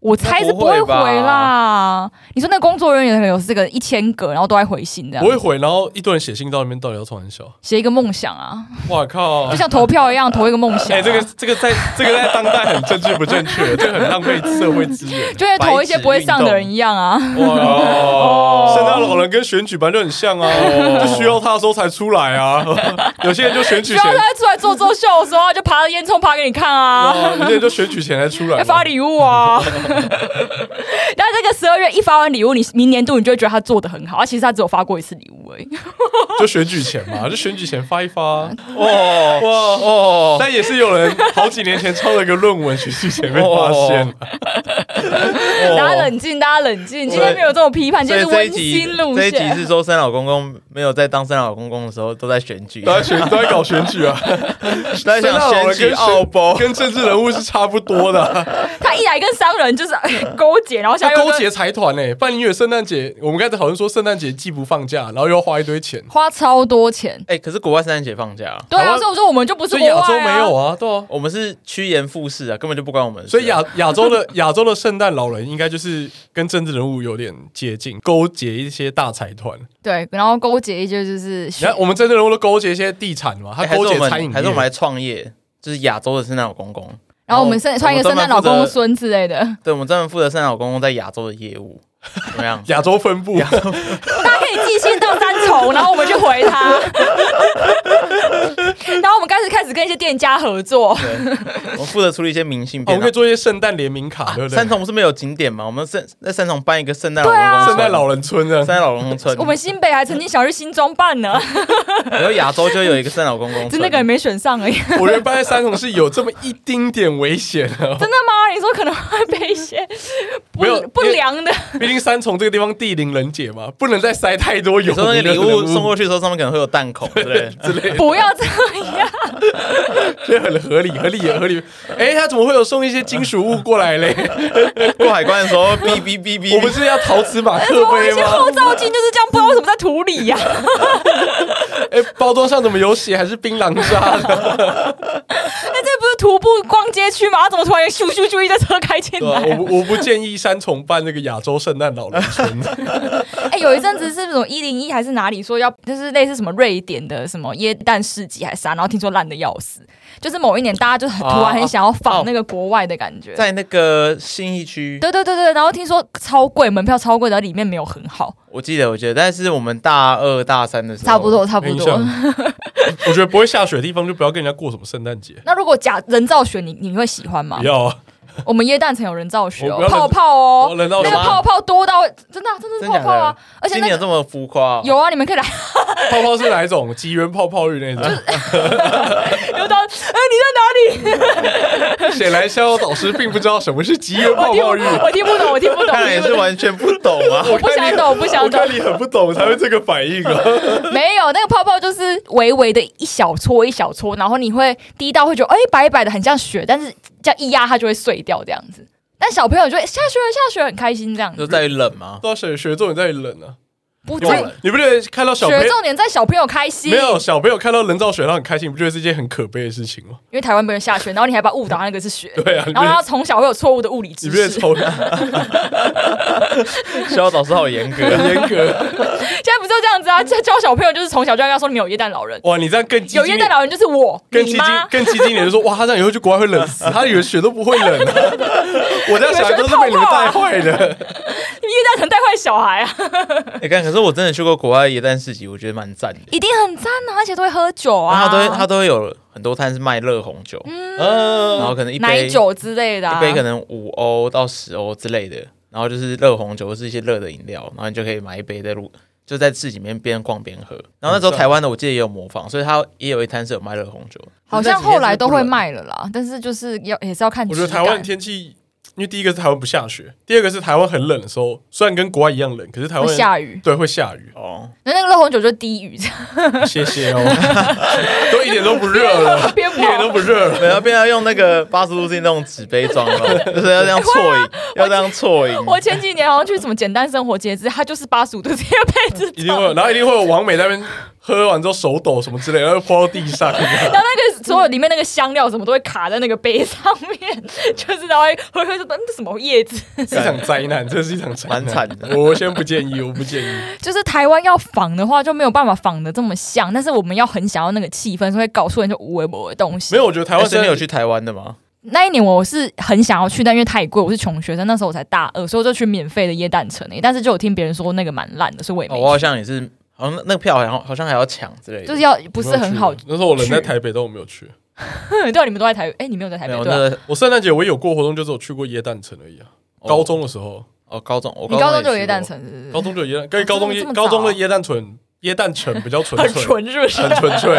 C: 我猜是不会回啦。你说那工作人员可能有这个一千个，然后都在回信这样
B: 不，会毁，然后一堆人写信到那边，到底要从
A: [LAUGHS]
B: 很小？
C: 写一个梦想啊，
B: 哇靠
C: [LAUGHS] 就！像投票一样投一个梦
B: [LAUGHS]
C: 想、啊
B: 哎，这个这个在这个在当代很政治不正确，这很浪费社会资
C: [LAUGHS]
B: 源。
C: 就会投一些不会上的人一
B: [LAUGHS]
C: 样啊。哦
B: 哇，圣诞老人跟选举本来就很像啊，就需要他的时候才出来啊。 [LAUGHS] 有些人就选举
C: 需要
B: 前，
C: 他出来做作秀的时候，他就爬着烟囱爬给你看啊。
B: 哇哦有些人就选举前才出来
C: 要
B: 嘛。
C: [LAUGHS] 发礼物啊！但这个十二月一发完礼物，你明年度你就会觉得他做的很好，啊，其实他只有发过一次礼物而已。
B: 就选举前嘛，就选举前发一发
C: [LAUGHS]
B: 啊、
A: 哦
B: 哇哦！
A: 哦，
B: 但也是有人好几年前抄了一个论文，选举前被发现了。
C: 大家冷静，大家冷静，
A: 对
C: 今天没有这种批判，今
A: 所以这一
C: 天是温
A: 集
C: 馨路
A: 这一集
C: 线。
A: 是说圣诞老公公没有在当圣诞老公公的时候都在选
B: [LAUGHS]
A: 举，
B: 都在选，都在搞选举 [LAUGHS] 啊！
A: 都在想选举奥
B: 包，
A: 包，
B: 跟政治人物是差不多的 [LAUGHS] 啊，
C: 他一来跟商人就是 [LAUGHS] 勾结，然后现
B: 他
C: 在又
B: 勾结财团欸呢。半年月圣诞节，我们刚才讨论说圣诞节既不放假，然后又要花一堆钱，
C: 花超多钱。
A: 哎，可是国外圣诞节放假啊，
C: 对
B: 台
C: 啊，
B: 湾
C: 所以我说我们就不是
B: 所以
C: 国外
B: 亚
C: 啊
B: 洲没有啊，对啊。
A: 我们是趋炎附势啊，根本就不关我们的事啊，
B: 所以亚亚洲 [LAUGHS] 的亚洲的圣诞老人应该就是跟政治人物有点接近，勾结一些大财团。
C: 对，然后勾结一些就是
B: 你看，我们政治人物都勾结一些地产嘛，他
A: 哎还是
B: 勾
A: 我
B: 结餐
A: 们
B: 饮业，？
A: 还是我们来创业，就是亚洲的圣诞老公公，
C: 然后我们圣穿一个圣诞老公公孙之类的，
A: 对，我们专门负责圣诞老公公在亚洲的业务，怎么样
B: [LAUGHS] 亚洲分部，
C: 大家可以寄信到三重，然后我们去回他。然后我们开始开始跟一些店家合作，
A: 对，我们负责处理一些明信
B: 哦我
A: 片啊
B: 们可。以做一些啊圣诞联名卡，对不对？
A: 三重不是没有景点吗？我们圣在三重办一个圣诞老
C: 对
A: 公公
C: 啊
A: 村，
B: 圣诞老人村这样
A: 圣。诞老公公村，
C: 我们新北还曾经想去新庄办
B: [LAUGHS]
C: 呢，
A: 然后亚洲就有一个圣诞老公
C: [LAUGHS]
A: 公
C: 只
A: 村，
C: 是那个人没选上而已。
B: 我觉得搬在三重是有这么一丁点危险啊的、
C: [LAUGHS] 真的吗？你说可能会被
B: [LAUGHS]
C: 一些不
B: 没有
C: 不良的，
B: 毕竟三重这个地方地灵人杰嘛，不能再塞太多有
A: 有时候那
B: 名
A: 个
B: 的
A: 礼物送
B: 过
A: 过去的时候，上面可能会有弹孔，对不对？
B: 之类的，
C: [LAUGHS] 不要这
B: [LAUGHS]
C: 样。
B: 这 [LAUGHS] 很合理，合理也合理。哎、他怎么会有送一些金属物过来嘞？
A: 过海关的时候，哔哔哔哔，
B: 我们是要陶瓷马克
C: 我有 [LAUGHS]
B: 杯
C: 一些
B: 吗？
C: 后照镜就是这样，不知道为什么在土
B: [LAUGHS]
C: 里呀、
B: 哎、包装上怎么有写还是槟榔渣的？
C: 那这不是徒步逛街区吗？他怎么突然咻咻咻一台车开进
B: 对啊 [LAUGHS]
C: 来？
B: 我不我不建议三重办那个亚洲圣诞老人村，
C: [LAUGHS] 哎、有一阵子是那种一零一还是哪里说要，就是类似什么瑞典的什么耶诞市集还是啥，然后听说烂的要死，就是某一年大家就很
A: 啊
C: 突然很想要
A: 哦
C: 仿那个国外的感觉。
A: 在那个信义区，
C: 对对对对，然后听说超贵，门票超贵，然后里面没有很好，
A: 我记得，我记得，但是我们大二大三的时候，
C: 差不多差
B: 没
C: 不
B: 哦印
C: 多
B: 象。我觉得不会下雪的地方就不要跟人家过什么圣诞节，
C: [LAUGHS] 那如果假人造雪，你你会喜欢吗
B: 不？要啊。
C: 我们椰蛋城有人造雪
B: 我
C: 哦
B: 不要，人
C: 泡泡
B: 我
C: 哦，
B: 人造
C: 那
B: 雪
C: 个泡泡多到真的啊、真的是
A: 真
C: 泡
A: 假的
C: 泡啊！而且
A: 今
C: 那
A: 年有
C: 个
A: 这么浮夸哦，
C: 有啊，你们可以来， [LAUGHS]
B: 泡泡是哪一种？机缘泡泡浴那种？
C: 有到哎、你在哪里？ [LAUGHS]
B: 显然逍遥导师并不知道什么是极限泡
C: 我听
B: 泡浴。
C: 不我听不懂，我听不懂，
A: 看来
C: 我
A: 也
C: 听不
A: 是
C: 懂
A: 完全不懂啊。
C: 我不想懂，我不想
B: 我
C: 懂
B: 看。你很不懂才会这个反应
C: [LAUGHS]
B: 啊！
C: 没有，那个泡泡就是微微的一小撮一小撮，然后你会滴到会觉得哎、白白的很像雪，但是这样一压它就会碎掉这样子。但小朋友就会下雪了，下雪了很开心这样
A: 就
C: 子。
A: 在于冷吗？
B: 到雪雪重点在于冷啊，
C: 不
B: 你
C: 在
B: 不你不觉得看到小朋
C: 学
B: 友
C: 重点在小朋友开心，
B: 没有小朋友看到人造雪浪很开心，你不觉得是一件很可悲的事情吗？
C: 因为台湾没人
B: [LAUGHS]
C: 下雪，然后你还把误导那个是雪，
B: 对啊，你
C: 然
B: 不
C: 后
B: 觉
C: 他
B: 得
C: 从小会有错误的物理
B: 你
C: 知
B: 不觉得
C: 识。
B: 超，
A: 校导师好严格
B: 很严格？啊 [LAUGHS]
C: 现在不就这样子啊？教教小朋友就是从小就要跟他说你没有耶诞老人，
B: 哇，你这样更激
C: 有
B: 进
C: 耶诞老人就是我，
B: 更
C: 你
B: 激进
C: 妈，。
B: 更激进一点，就说哇，他这样以后去国外会冷死，他以为雪都不会冷、啊。我这样想都是被你们带坏
C: 啊
B: 的。
C: 耶诞能带坏小孩
B: [LAUGHS]
C: 啊，
A: [LAUGHS] 你哎看，可是我真的去过国外耶诞市集，我觉得蛮赞的。
C: 一定很赞啊，而且都会喝酒
A: 然后
C: 啊，
A: 他都会他都会有很多摊是卖热红酒，然
B: 嗯，
A: 后可能一
C: 奶
A: 杯
C: 酒之类的、啊，
A: 一杯可能五欧到十欧之类的，然后就是热红酒或是一些热的饮料，然后你就可以买一杯在路就在市里面边逛边喝。然后那时候
B: 很赞
A: 台湾的我记得也有模仿，所以它也有一摊是有卖热红酒，。
C: 好像后来都会。卖了啦，但是就是要也是要看
B: 我
C: 质
B: 觉得
C: 感。
B: 台湾天气，因为第一个是台湾不下雪，第二个是台湾很冷的时候，虽然跟国外一样冷，可是台
C: 会
B: 湾
C: 下雨，
B: 对会下雨
A: 哦，
C: 那那个热红酒就
B: [LAUGHS]
C: 低雨，
B: 谢谢
A: [LAUGHS]
B: 哦，都一点都不热了，
C: 边
B: 一点都
C: 跑。
B: 不热了。
A: 没有，变要用那个八十度 C 那种纸杯装哦了， [LAUGHS] 就是要这样错饮，要这样错饮。
C: [LAUGHS] 我前几年好像去什么简单生活节制，它就是八十五度这个
B: [LAUGHS]
C: 配置，
B: 一定会有，然后一定会有王美在那边喝完之后手抖什么之类的，然后泼到地
A: [LAUGHS]
B: 上。
C: 然后那个 [LAUGHS] 所有里面那个香料什么都会卡在那个杯上面，就是然后会会会说嗯这什么叶子， [LAUGHS]
B: 是一场灾难，这是一场灾难，
A: 蛮惨的
B: 我先不建议，我不建
A: [LAUGHS]
B: 议。
C: 就是台湾要仿的话就没有办法仿的这么像，但是我们要很想要那个气氛，所以会搞出很多无为博的东西。
B: 没有，我觉得台
A: 台
B: 湾
A: 湾
B: 真
A: 真
B: 的
A: 的哎有去台湾的吗？
C: 那一年我是很想要去，但因为太贵，我是穷学生，那时候我才大二，所以我就去免费的椰蛋城诶。但是就有听别人说那个蛮烂的，所以我也没
A: 哦
C: 去、
A: 我好像也是，好像那那个票好像好像还要抢之类的。
C: 就是要不是很好。
B: 那时候我人在台北，但我没有去。
C: [LAUGHS] 对啊，你们都在台北，哎、你没有在台
A: 没
C: 北
A: 有
C: 对啊、
A: 那个
B: 我圣诞节我有过活动，就是有去过耶诞城而已啊。
A: 哦
B: 高中的时候，
A: 哦，高中我
C: 你高中就有
A: 也去
C: 椰蛋
A: 过
C: 城是不是？
B: 高中就有耶诞，跟高中耶
C: 这么早啊
B: 高中的耶诞城，耶诞城比较纯
C: 很
B: 粹，
C: 纯是不是？
B: 很纯
C: [LAUGHS]
B: 粹，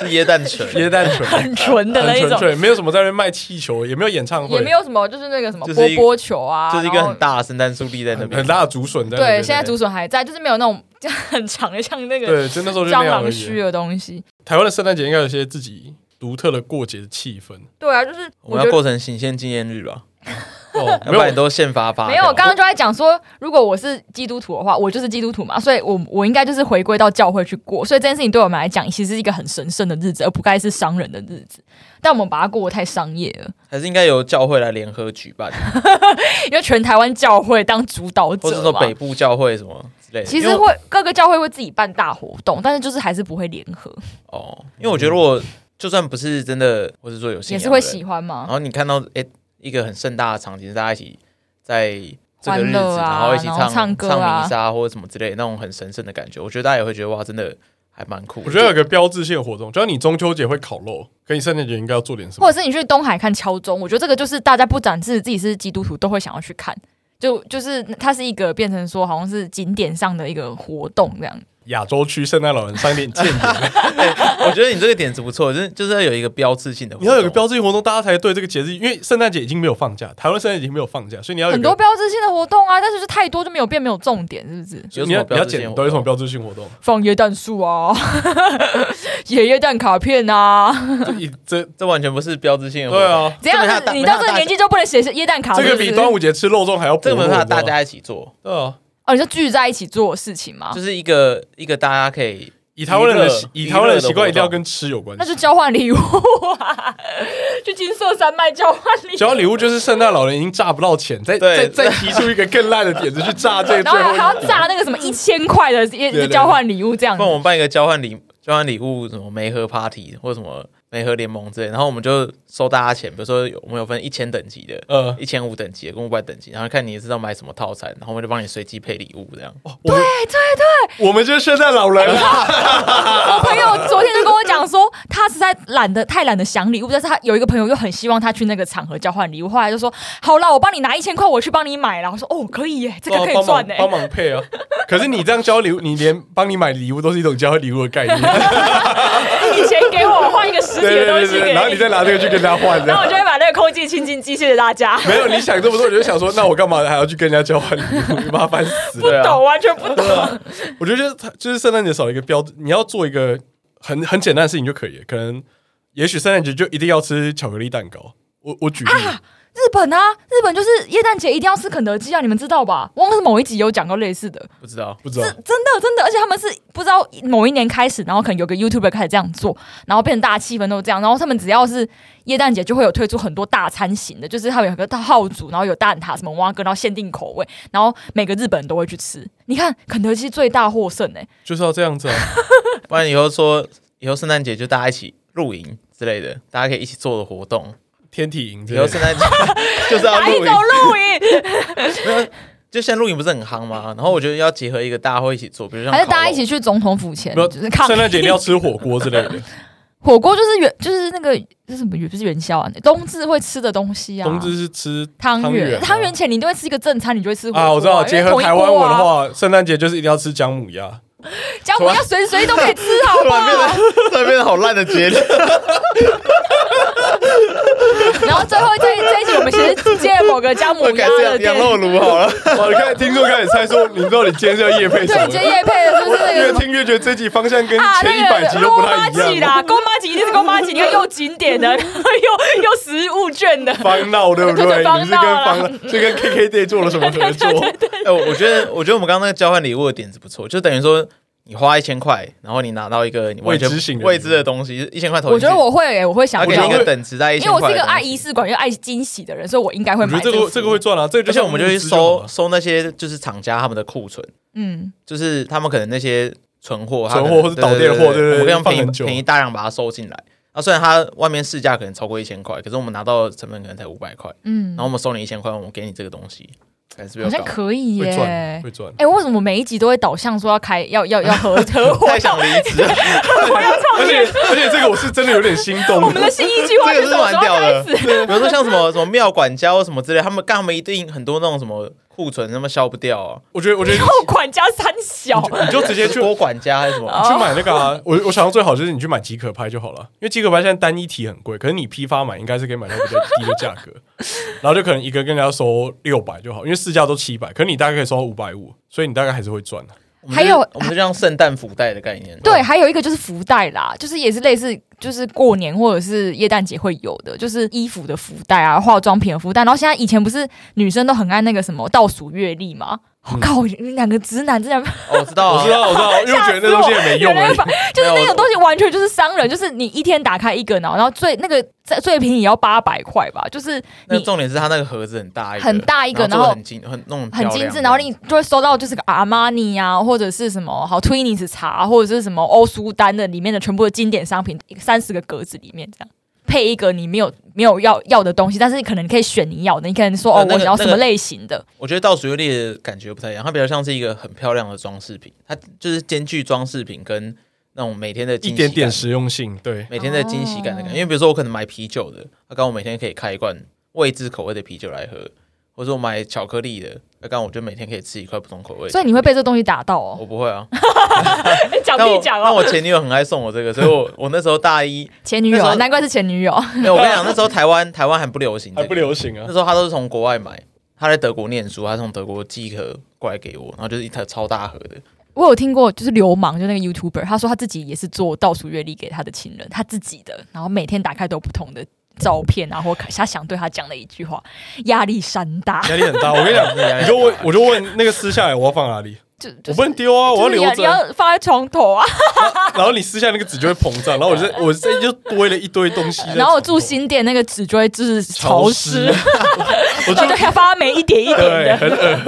A: 是椰蛋 [LAUGHS] 城，
B: 耶诞城
C: 很纯的那
B: 很
C: 一
B: 纯
C: 种，
B: 粹，没有什么在那边卖气球，也没有演唱会，
C: 也没有什么就是那个什么
A: 就是
C: 波
A: 一个
C: 波球啊，
A: 就是一
C: 然
A: 个
C: 后
A: 很大的圣诞树立在那
B: 很
A: 边，
B: 很大的竹笋在那
C: 对，
B: 边。
C: 现在竹笋还在，就是没有那种 [LAUGHS] 很长的像那个
B: 对，就那时候就
C: 蟑
B: 那样而
C: 螂须
B: 已。
C: 的东西。
B: 台湾的圣诞节应该有一些自己独特的过节的气
A: [LAUGHS]
B: 氛
C: 对啊，就是
A: 我
C: 我
A: 们要
C: 觉得
A: 过成行宪纪念日吧，
B: 哦，
A: 要
B: 没
A: 不然
B: 有
A: 你都宪法发
C: 没有，
A: 掉
C: 我刚刚就在讲说，如果我是基督徒的话，我就是基督徒嘛，所以我我应该就是回归到教会去过，所以这件事情对我们来讲，其实是一个很神圣的日子，而不该是商人的日子。但我们把它过得太商业了，
A: 还是应该由教会来联合举办，
C: 因为全台湾教会当主导
A: 或者
C: 者
A: 说
C: 嘛。
A: 北部教会什么之类的。
C: 其
A: 因
C: 实
A: 为
C: 会各个教会会自己办大活动，但是就是还是不会联合，
A: 哦，因为我觉得如果就算不是真的，或者说有信
C: 也
A: 仰
C: 是会
A: 的人
C: 喜欢吗
A: 然？后你看到诶一个很盛大的场景，大家一起在这个
C: 欢
A: 日子，
C: 乐啊
A: 然后一起
C: 然后
A: 唱
C: 唱歌啊
A: 弥撒或者什么之类的那种很神圣的感觉，我觉得大家也会觉得哇，真的还蛮酷的。
B: 我觉得有个标志性的活动，就像你中秋节会烤肉，可你圣诞节应该要做点什
A: 哦
B: 么
C: 或。者是你去东海看敲钟，我觉得这个就是大家不展示自己是基督徒都会想要去看，就就是它是一个变成说好像是景点上的一个活动这样。
B: 亚洲区圣诞老人商店
A: [LAUGHS]
B: 见你，
A: 我觉得你这个点子不错，就是就是要有一个标志性的活
B: 你
A: 动，
B: 要有个标志性活动，大家才对这个节日，因为圣诞节已经没有放假，台湾圣诞节已经没有放假，所以你要有
C: 很
B: 一
C: 多
B: 个
C: 标志性的活动啊，但是就太多就没有变没有重点，是不是？
A: 有什
B: 你要
A: 么
B: 你
A: 标
B: 要
A: 志性
B: 简
A: 活
B: 单有什么
A: 动。
B: 标志性活动？
C: 放椰蛋树啊， [LAUGHS] 野椰蛋卡片啊，
B: 这一这
A: 这完全不是标志性的活
B: 对
A: 动，
B: 啊，
C: 怎样
A: 没有大
C: 子？你到这个年纪就不能写椰蛋卡
B: 这
C: 片？
B: 个
C: 是
B: 比
C: 不是
B: 端午节吃肉粽还要薄
A: 这个
B: 弱
A: 没办法
B: 你知道
A: 大
B: 吗
A: 家一起做，
B: 对啊，
C: 哦，你就聚在一起做的事情吗
A: 就？是一个一个大家可以
B: 以台湾人的
A: 娱乐
B: 习以台湾人的习
A: 娱乐的活
B: 惯
A: 动
B: 一定要跟吃有关
C: 那
B: 系。
C: 就交换礼物啊， [LAUGHS] 去金色山脉交换
B: [LAUGHS]
C: 礼
B: 交
C: 物，
B: 换礼物就是圣诞老人已经榨不到钱，再再
A: 对
B: 再提出一个更烂的点子去榨这个
C: [LAUGHS] 然
B: 最
C: 后
B: 后
C: 还
B: 一
C: 要炸那个什么一千块的
B: 对对
C: 椰交换礼物这样
A: 不
C: 子
A: 然。我们办一个交换礼交换礼物什么梅盒 party 或者什么梅盒联盟之类，然后我们就收大家钱，比如说有我们有分一千等级的。
B: 呃，
A: 一千五等级的跟五百等级，然后看你知道买什么套餐，然后我们就帮你随机配礼物这样。
B: 对对对，我们就是圣诞老人
C: 哎
B: 啊。
C: 我朋友昨天就跟我讲说，他实在懒得太懒得想礼物，但是他有一个朋友又很希望他去那个场合交换礼物，后来就说好啦，我帮你拿一千块，我去帮你买啦。我说哦，可以耶，这个可
B: 对啊
C: 以赚
B: 帮
C: 耶。
B: 忙帮忙配啊。可是你这样交礼物，你连帮你买礼物都是一种交换礼物的概
C: [LAUGHS]
B: 念，
C: 以前给我换一个实体
B: 对
C: 的
B: 对
C: 东
B: 对
C: 西
B: 对，然后你
C: 给
B: 再
C: 你，
B: 拿这个去跟他换，这
C: 然
B: 样
C: 后我就会把那个空气清净机，谢谢大家。
B: 没有你想这么多，我就想说，那我干嘛还要去跟人家交换礼物？麻烦死
C: 不 [LAUGHS]
B: 了。
C: 懂，完全不
B: 啊
C: 懂。
B: 我觉得就是它就是圣诞节少一个标志，你要做一个很很简单的事情就可以了，可能也许圣诞节就一定要吃巧克力蛋糕。我我举例，
C: 日本啊，日本就是耶诞节一定要吃肯德基啊，你们知道吧？忘了是某一集有讲过类似的，
A: 不知道
B: 不知道
C: 是真的真的，而且他们是不知道某一年开始，然后可能有个 YouTuber 开始这样做，然后变成大家气氛都这样，然后他们只要是耶诞节就会有推出很多大餐型的，就是他们有个大号组，然后有蛋挞什么蛙哥，然后限定口味，然后每个日本人都会去吃。你看肯德基最大获胜哎、
B: 就是要这样子啊。
A: 不然以后说以后圣诞节就大家一起露营之类的，大家可以一起做的活动。
B: 天体营之
A: 以
B: 类
A: 后圣
B: 的，
A: 诞节 [LAUGHS] 就是要
C: 哪一
A: 露营，
C: 种露营？
A: 没有，就现在露营不是很夯吗？
C: [LAUGHS]
A: 然后我觉得要结合一个大家会一起做，比如像
C: 还是大家一
A: 烤
C: 起去总统府前，
B: 没有
C: 就是抗议啊
B: 圣诞节一定要吃火锅之类
C: [LAUGHS]
B: 的，
C: 火锅就是元就是那个这是什么元不是元宵啊，冬至会吃的东西啊。
B: 冬至是吃
C: 汤圆，
B: 圆，啊
C: 汤圆。前你都会吃一个正餐，你就会吃火锅
B: 啊，我知道，
C: 因为
B: 结合
C: 同一
B: 台湾
C: 锅
B: 文
C: 啊，
B: 化，圣诞节就是一定要吃姜母鸭。
C: 姜母鸭随时随地都可以吃，好不
A: [LAUGHS] 突然
C: 好？
A: [LAUGHS] 突然变得好烂的
C: [LAUGHS]
A: 节日，
C: 然后最后这一这一集，我们其实借某个姜母
A: 我改 [LAUGHS]
C: 鸭
A: 成
C: 的
A: 羊
C: 店
A: 羊，肉炉好
C: [LAUGHS]
A: 了。
B: 哇，你看，听众开始猜说，你知道你今天是要夜配什
C: 对，接
B: 么？
C: 叶配的是不是那
B: 越
C: 个什么？
B: 听越觉得这集方向跟
C: 啊，
B: 前一百
C: 那
B: 集
C: 个
B: 都
C: 宫
B: 不
C: 妈
B: 太一样，
C: 吉啦，宫妈吉一定是宫妈吉，你看又景
A: [LAUGHS]
C: 点的，然后又又食物券的，
B: 方闹对不
C: [LAUGHS]
B: 对？
C: 对对
B: 你是跟方
C: 方
B: 闹
C: 闹，
B: 是
C: [LAUGHS]
B: 跟 KK Day 做了什么合作？
A: 哎，我我觉得我觉得我们刚刚那个交换礼物的点子不错，就等于说你花一千块，然后你拿到一个你完全
B: 未知型的礼物
A: 未知的东西，一千块投进
C: 我
A: 去，
C: 觉得我会耶，我会想
A: 他给你
C: 要
A: 一，个等值在一
C: 因
A: 千
C: 为
A: 块，
C: 我是一个爱仪。式感又爱惊喜的人，所以我应该会
B: 我觉
C: 买
B: 得这
C: 个
B: 个这个会赚啊，这个就
A: 而且
B: 像
A: 我们就去
B: 募资好
A: 收
B: 了
A: 收那些就是厂家他们的库存，
C: 嗯。
A: 就是他们可能那些存货，他
B: 存
A: 可能
B: 货或是导电货对对对
A: 我们可以用
B: 放
A: 便
B: 很
A: 宜
B: 久啊
A: 便宜大量把它收进来。那虽然它外面市价可能超过一千块，可是我们拿到的成本可能才五百块，
C: 嗯
A: 然后我们收你一千块，我们给你这个东西，还是比
C: 好
A: 较
C: 像
A: 高。
C: 可以
B: 会
C: 耶。
B: 赚
C: 哎、
B: 会
C: [LAUGHS]
B: 赚。
C: 为什么每一集都会导向说要开要要要
A: [LAUGHS]
C: 合合伙
A: 太？想离职了，
B: 而且而且这个我是真的有点心动。
C: [LAUGHS] [LAUGHS] 我们的新一计划
A: 这
C: 是
A: 个是
C: 什么
A: 蛮
C: 时候
A: 屌
C: 开
A: 的。
C: 始？ [LAUGHS]
A: 比如说像什么什么庙管家或什么之类，他们干他们一定很多那种什么库存，他们消不掉啊。
B: 我觉得我觉得
C: [LAUGHS] 然后管家三小，
B: 你就直接去
A: 锅管家还是什么？
C: 哦
B: 去买那个啊，我我想到最好就是你去买即可拍就好了，因为即可拍现在单一体很贵，可是你批发买应该是可以买到比较低的价格，然后就可能一个跟人家收六百就好，因为市价都七百，可是你大概可以收到五百五，所以你大概还是会赚的。
A: 我们
C: 还有
A: 就我们就像圣诞福袋的概念，
C: 对，，
B: 嗯
C: 还有一个就是福袋啦，就是也是类似，就是过年或者是耶诞节会有的，就是衣服的福袋啊，化妆品的福袋。然后现在以前不是女生都很爱那个什么倒数月历吗？
B: 嗯
C: 我、靠，两个直男真的
A: 哦我知道啊，
B: 我知道，我知道，因为我觉得那东西也没
C: [LAUGHS]
B: 用而已。 [LAUGHS]
C: 就是那种东西完全就是商人，就是你一天打开一个脑，然后最那个最最便宜也要八百块吧，就是
A: 那
C: 你
A: 重点是它那个盒子很大一个，
C: 很大一个
A: 然做得
C: 然后
A: 很精很弄
C: 很
A: 漂
C: 精
A: 亮
C: 致，然后你就会收到就是个阿玛尼啊，或者是什么好 Twinings 茶，或者是什么欧舒丹的里面的全部的经典商品，三十个格子里面这样。配一个你没有没有要要的东西，但是可能你可以选你要的，你可能说
A: 呃
C: 哦，
A: 那个
C: 我想要什
A: 那
C: 么
A: 个
C: 类型的，
A: 我觉得倒数月历的感觉不太一样，它比较像是一个很漂亮的装饰品，它就是兼具装饰品跟那种每天的惊
B: 一
A: 喜
B: 点哦点
A: 感
B: 实用性，对，
A: 每天的惊喜感的感觉。因为比如说我可能买啤酒的，那刚好我每天可以开一罐未知口味的啤酒来喝，或者我买巧克力的，那刚好我就每天可以吃一块不同口味的巧
C: 所
A: 克力。
C: 以你会被这东西打到哦
A: 我。不会啊，
C: 讲
A: 但
C: 屁
A: 我
C: 讲
A: 但我
C: 哦，
A: 前女友很爱送我这个，所以我我那时候大一， [LAUGHS]
C: 前女友
A: 那时
C: 啊，
A: 候
C: 难怪是前女友。
A: 因为我跟你讲那时候台湾台湾还不流行、这个，
B: 还不流行啊
A: 那。时候他都是从国外买，他在德国念书，他从德国寄盒过来给我，然后就是一台超大盒的，
C: 我有听过，就是流氓，就那个 YouTuber，他说他自己也是做倒数月历给他的情人，他自己的，然后每天打开都有不同的照片啊，或他想对他讲的一句话，压力山大，
B: 压力很大，我跟你
C: [LAUGHS]
B: 讲，
A: 压力很大
B: 你就问，我就问那个撕下来哎我要放哪里？
C: 就就
B: 我
C: 是
B: 不能丢 [LAUGHS] 啊，我要
C: 就是
B: 留
C: 你要
B: 着
C: 你。要放在床头啊，
B: 然后你撕下那个纸就会膨胀，然后我
C: [LAUGHS]
B: 就我这就堆了一堆东西在床头。
C: 然后我住新店，那个纸就会就是潮
B: 潮湿，，
C: 湿 [LAUGHS]
B: 我
C: 我就
B: 就
C: 给它放在每一点 [LAUGHS] 一点
B: 对，
C: 的，
B: 很恶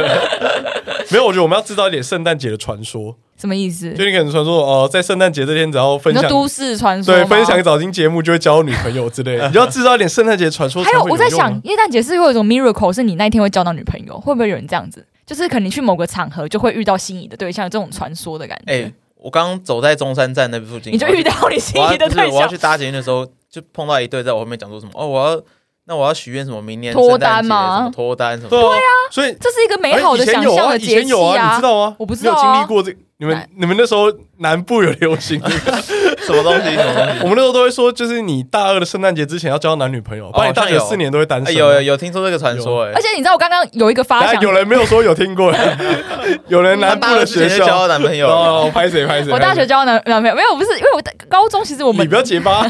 B: [LAUGHS] 没有，我觉得我们要制造一点圣诞节的传说，
C: 什么意思？
B: 就你可能传说哦，在圣诞节这天只要分
C: 你说
B: 享
C: 都市传说
B: 对
C: 吗
B: 分享早金节目就会交女朋友之类的，你就要制造一点圣诞节传说。
C: [LAUGHS] 还有
B: 才会
C: 我在
B: 用啊
C: 想，，耶诞节是有一种 miracle，是你那一天会交到女朋友，会不会有人这样子？就是可能你去某个场合就会遇到心仪的对象，这种传说的感觉。
A: 哎、我刚走在中山站那附近，
C: 你就遇到你心
A: 我
C: 仪
A: 要
C: 的
A: 不是
C: 对
A: 我要
C: 象
A: 去，搭捷运的时候，就碰到一对在我后面讲说什么哦，我要那我要许愿什么明年
C: 脱
A: 圣诞
C: 单
A: 节
C: 吗
A: 什么脱单什么
B: 对啊，所以
C: 这是一个美好的
B: 哎以前
C: 想
B: 有
C: 象
B: 啊
C: 的
B: 以
C: 节
B: 前
C: 气
B: 有啊，你知道啊？
C: 我不
B: 你
C: 知道
B: 有
C: 啊
B: 经历过这你们
C: 南
B: 你们那时候南部有流行
C: [LAUGHS]
B: 这个，
A: 什么东西？
B: [LAUGHS]
A: 什么东
B: 我
A: 西？
B: 们那时候都会说，就是你大二的圣诞节之前要交男女
C: 哦
B: 朋友，不然你大学
A: 好像有
B: 四年都会单
A: 哎，
B: 身。
A: 有有有听说这个传说哎
C: 而，且你知道我刚刚有一个发
B: 大
C: 想
B: 家，有人没有说有听
C: [LAUGHS]
B: 过，有人南部
A: 大二
B: 的
A: 之前
B: 学
A: 就交到
B: 校
A: 男朋友了，
B: 哦，拍谁拍谁？
C: 我大
B: 拍谁
C: 学交男男朋友没有，不是因为我在高中其实我们
B: 你不要结巴，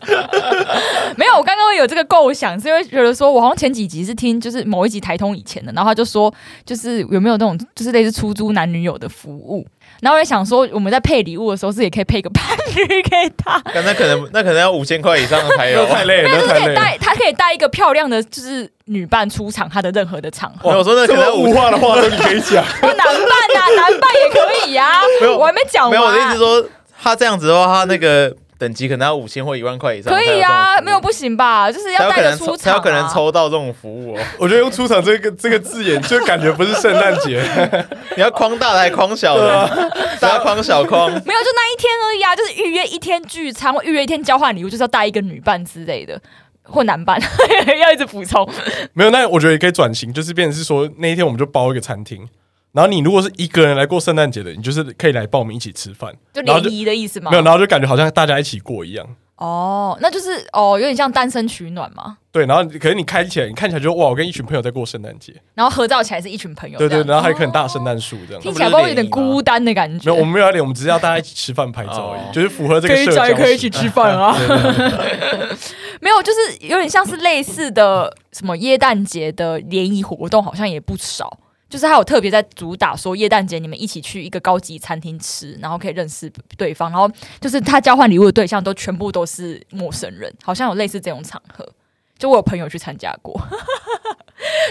C: [LAUGHS] 没有，我刚刚会有这个构想，是因为觉得说我好像前几集是听就是某一集台通以前的，然后他就说就是有没有那种就是类似出租男女友的服务，然后我也想说我们在配礼物的时候是也可以配个伴侣给 [LAUGHS] 他，
A: 但那可能那可能要五千块以上才有啊
B: 啊 [LAUGHS] 那。太累了，
C: 就
B: 那
C: 是
B: 太
C: 可
B: 累了。
C: 以带他可以带一个漂亮的就是女伴出场他的任何的场
A: [LAUGHS]
C: 合，
A: 没有我说那可
B: 这
A: 能要
B: 么
A: 五
B: 物化的话都你可以讲，
C: 不男伴啊，男伴也可以呀、
A: 没有
C: 我还没讲
A: 没
C: 完，
A: 有，
C: 啊
A: 我的意思是说，他这样子的话，他那个等级可能要五千或一万块以上才
C: 可
A: 有这种服务。
C: 以呀、没有不行吧？就是
A: 嗯才
C: 要
A: 有
C: 带
A: 可
C: 个
A: 能
C: 出
A: 抽，
C: 场、
A: 才
C: 啊，
A: 有可能抽到这种服务哦。
B: [LAUGHS] 我觉得用出场这个这个字眼就感觉不是圣诞节， [LAUGHS]
A: 你要框大的还框小的，
B: 啊
A: 大框小框。
C: 没有，就那一天而已啊，就是预约一天聚餐或预约一天交换礼物，就是要带一个女伴之类的。或男伴 [LAUGHS] 要一直补充，
B: 没有，那我觉得也可以转型，就是变成是说那一天我们就包一个餐厅，然后你如果是一个人来过圣诞节的，你就是可以来报名一起吃饭，
C: 就
B: 然后就
C: 联谊的意思吗
B: 没？有，然后就感觉好像大家一起过一样。
C: 哦，那就是哦，有点像单身取暖嘛。
B: 对，然后可是你开起来，你看起来就哇，我跟一群朋友在过圣诞节，
C: 然后合照起来是一群朋友这
B: 对
C: 样，哦
B: 对，然后还有一棵很大的圣诞树这样。
C: 听起来不知道有点孤单的感觉。
B: 没有，我们没有要脸，我们只是要大家一起吃饭拍照而
A: 哦
B: 已，就是符合这
C: 可
B: 个
C: 以
B: 社
C: 找也
B: 交
C: 可以一
B: 史
C: 起。吃饭啊。没有，就是有点像是类似的什么耶诞节的联谊活动，好像也不少。就是他有特别在主打说耶诞节你们一起去一个高级餐厅吃，然后可以认识对方，然后就是他交换礼物的对象都全部都是陌生人，好像有类似这种场合。就我有朋友去参加过，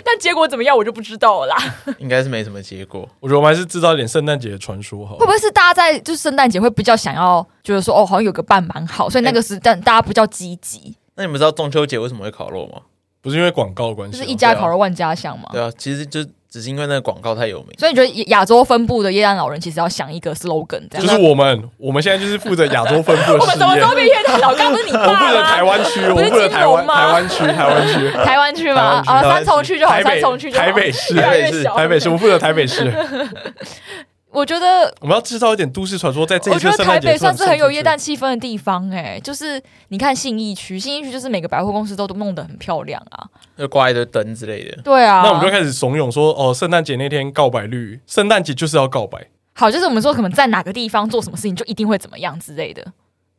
C: 但结果怎么样我就不知道了啦。
A: 应该是没什么结果。
B: 我觉得我们还是制造一点圣诞节的传说好了
C: 会不会是大家在就是圣诞节会比较想要，觉得说哦，好像有个伴蛮好，所以那个时但大家比较积极，
A: 那你们知道中秋节为什么会烤肉吗？
B: 不是因为广告的关
C: 就
B: 系啊
C: 是
B: 吗，
C: 一家烤肉万家香嘛。
A: 对啊，其实就只是因为那个广告太有名。
C: 所以你觉得亚洲分部的耶诞老人其实要想一个 slogan 这
B: 就
C: 样？
B: 是我们，我们现在就是负责亚洲分部的
C: 我
B: 事
C: 们什么时
B: 业
C: 候，变耶诞老？刚不是你
B: 我负
C: 爸
B: 责台
C: 吗？
B: 湾区，我
C: 不是
B: 负责台湾
C: 金融吗
B: 台湾区台湾区。
C: 台湾区吗？
B: 台湾
C: 啊，
A: 区
C: 三重区就好，
B: 台
C: 三
B: 北
C: 重区就好。
B: 台北市
C: 越来越
A: 台北市
C: 小
B: 台北市，我负责台北市。 [LAUGHS]
C: 我觉得。
B: 我们要制造一点都市传说，在哎这一
C: 我
B: 次
C: 觉得
B: 圣
C: 台
B: 诞节
C: 北算是很有耶
B: 夜
C: 诞气氛的地方哎、就是你看信义区，信义区就是每个百货公司都都弄得很漂亮啊，
A: 就挂一堆灯之类的。
C: 对啊。
B: 那我们就开始怂恿说，哦，圣诞节那天告白率，圣诞节就是要告白，
C: 好，就是我们说可能在哪个地方做什么事情就一定会怎么样之类的。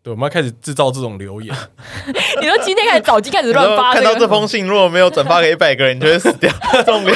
B: 对，我们要开始制造这种留
C: [LAUGHS]
B: 言，
C: 你说今天开始早今天开始
A: 你
C: 乱
A: 说
C: 发
A: 看到
C: 这
A: 这
C: 个，
A: 封信，如果没有转发给一百个人，你就会死掉。这种流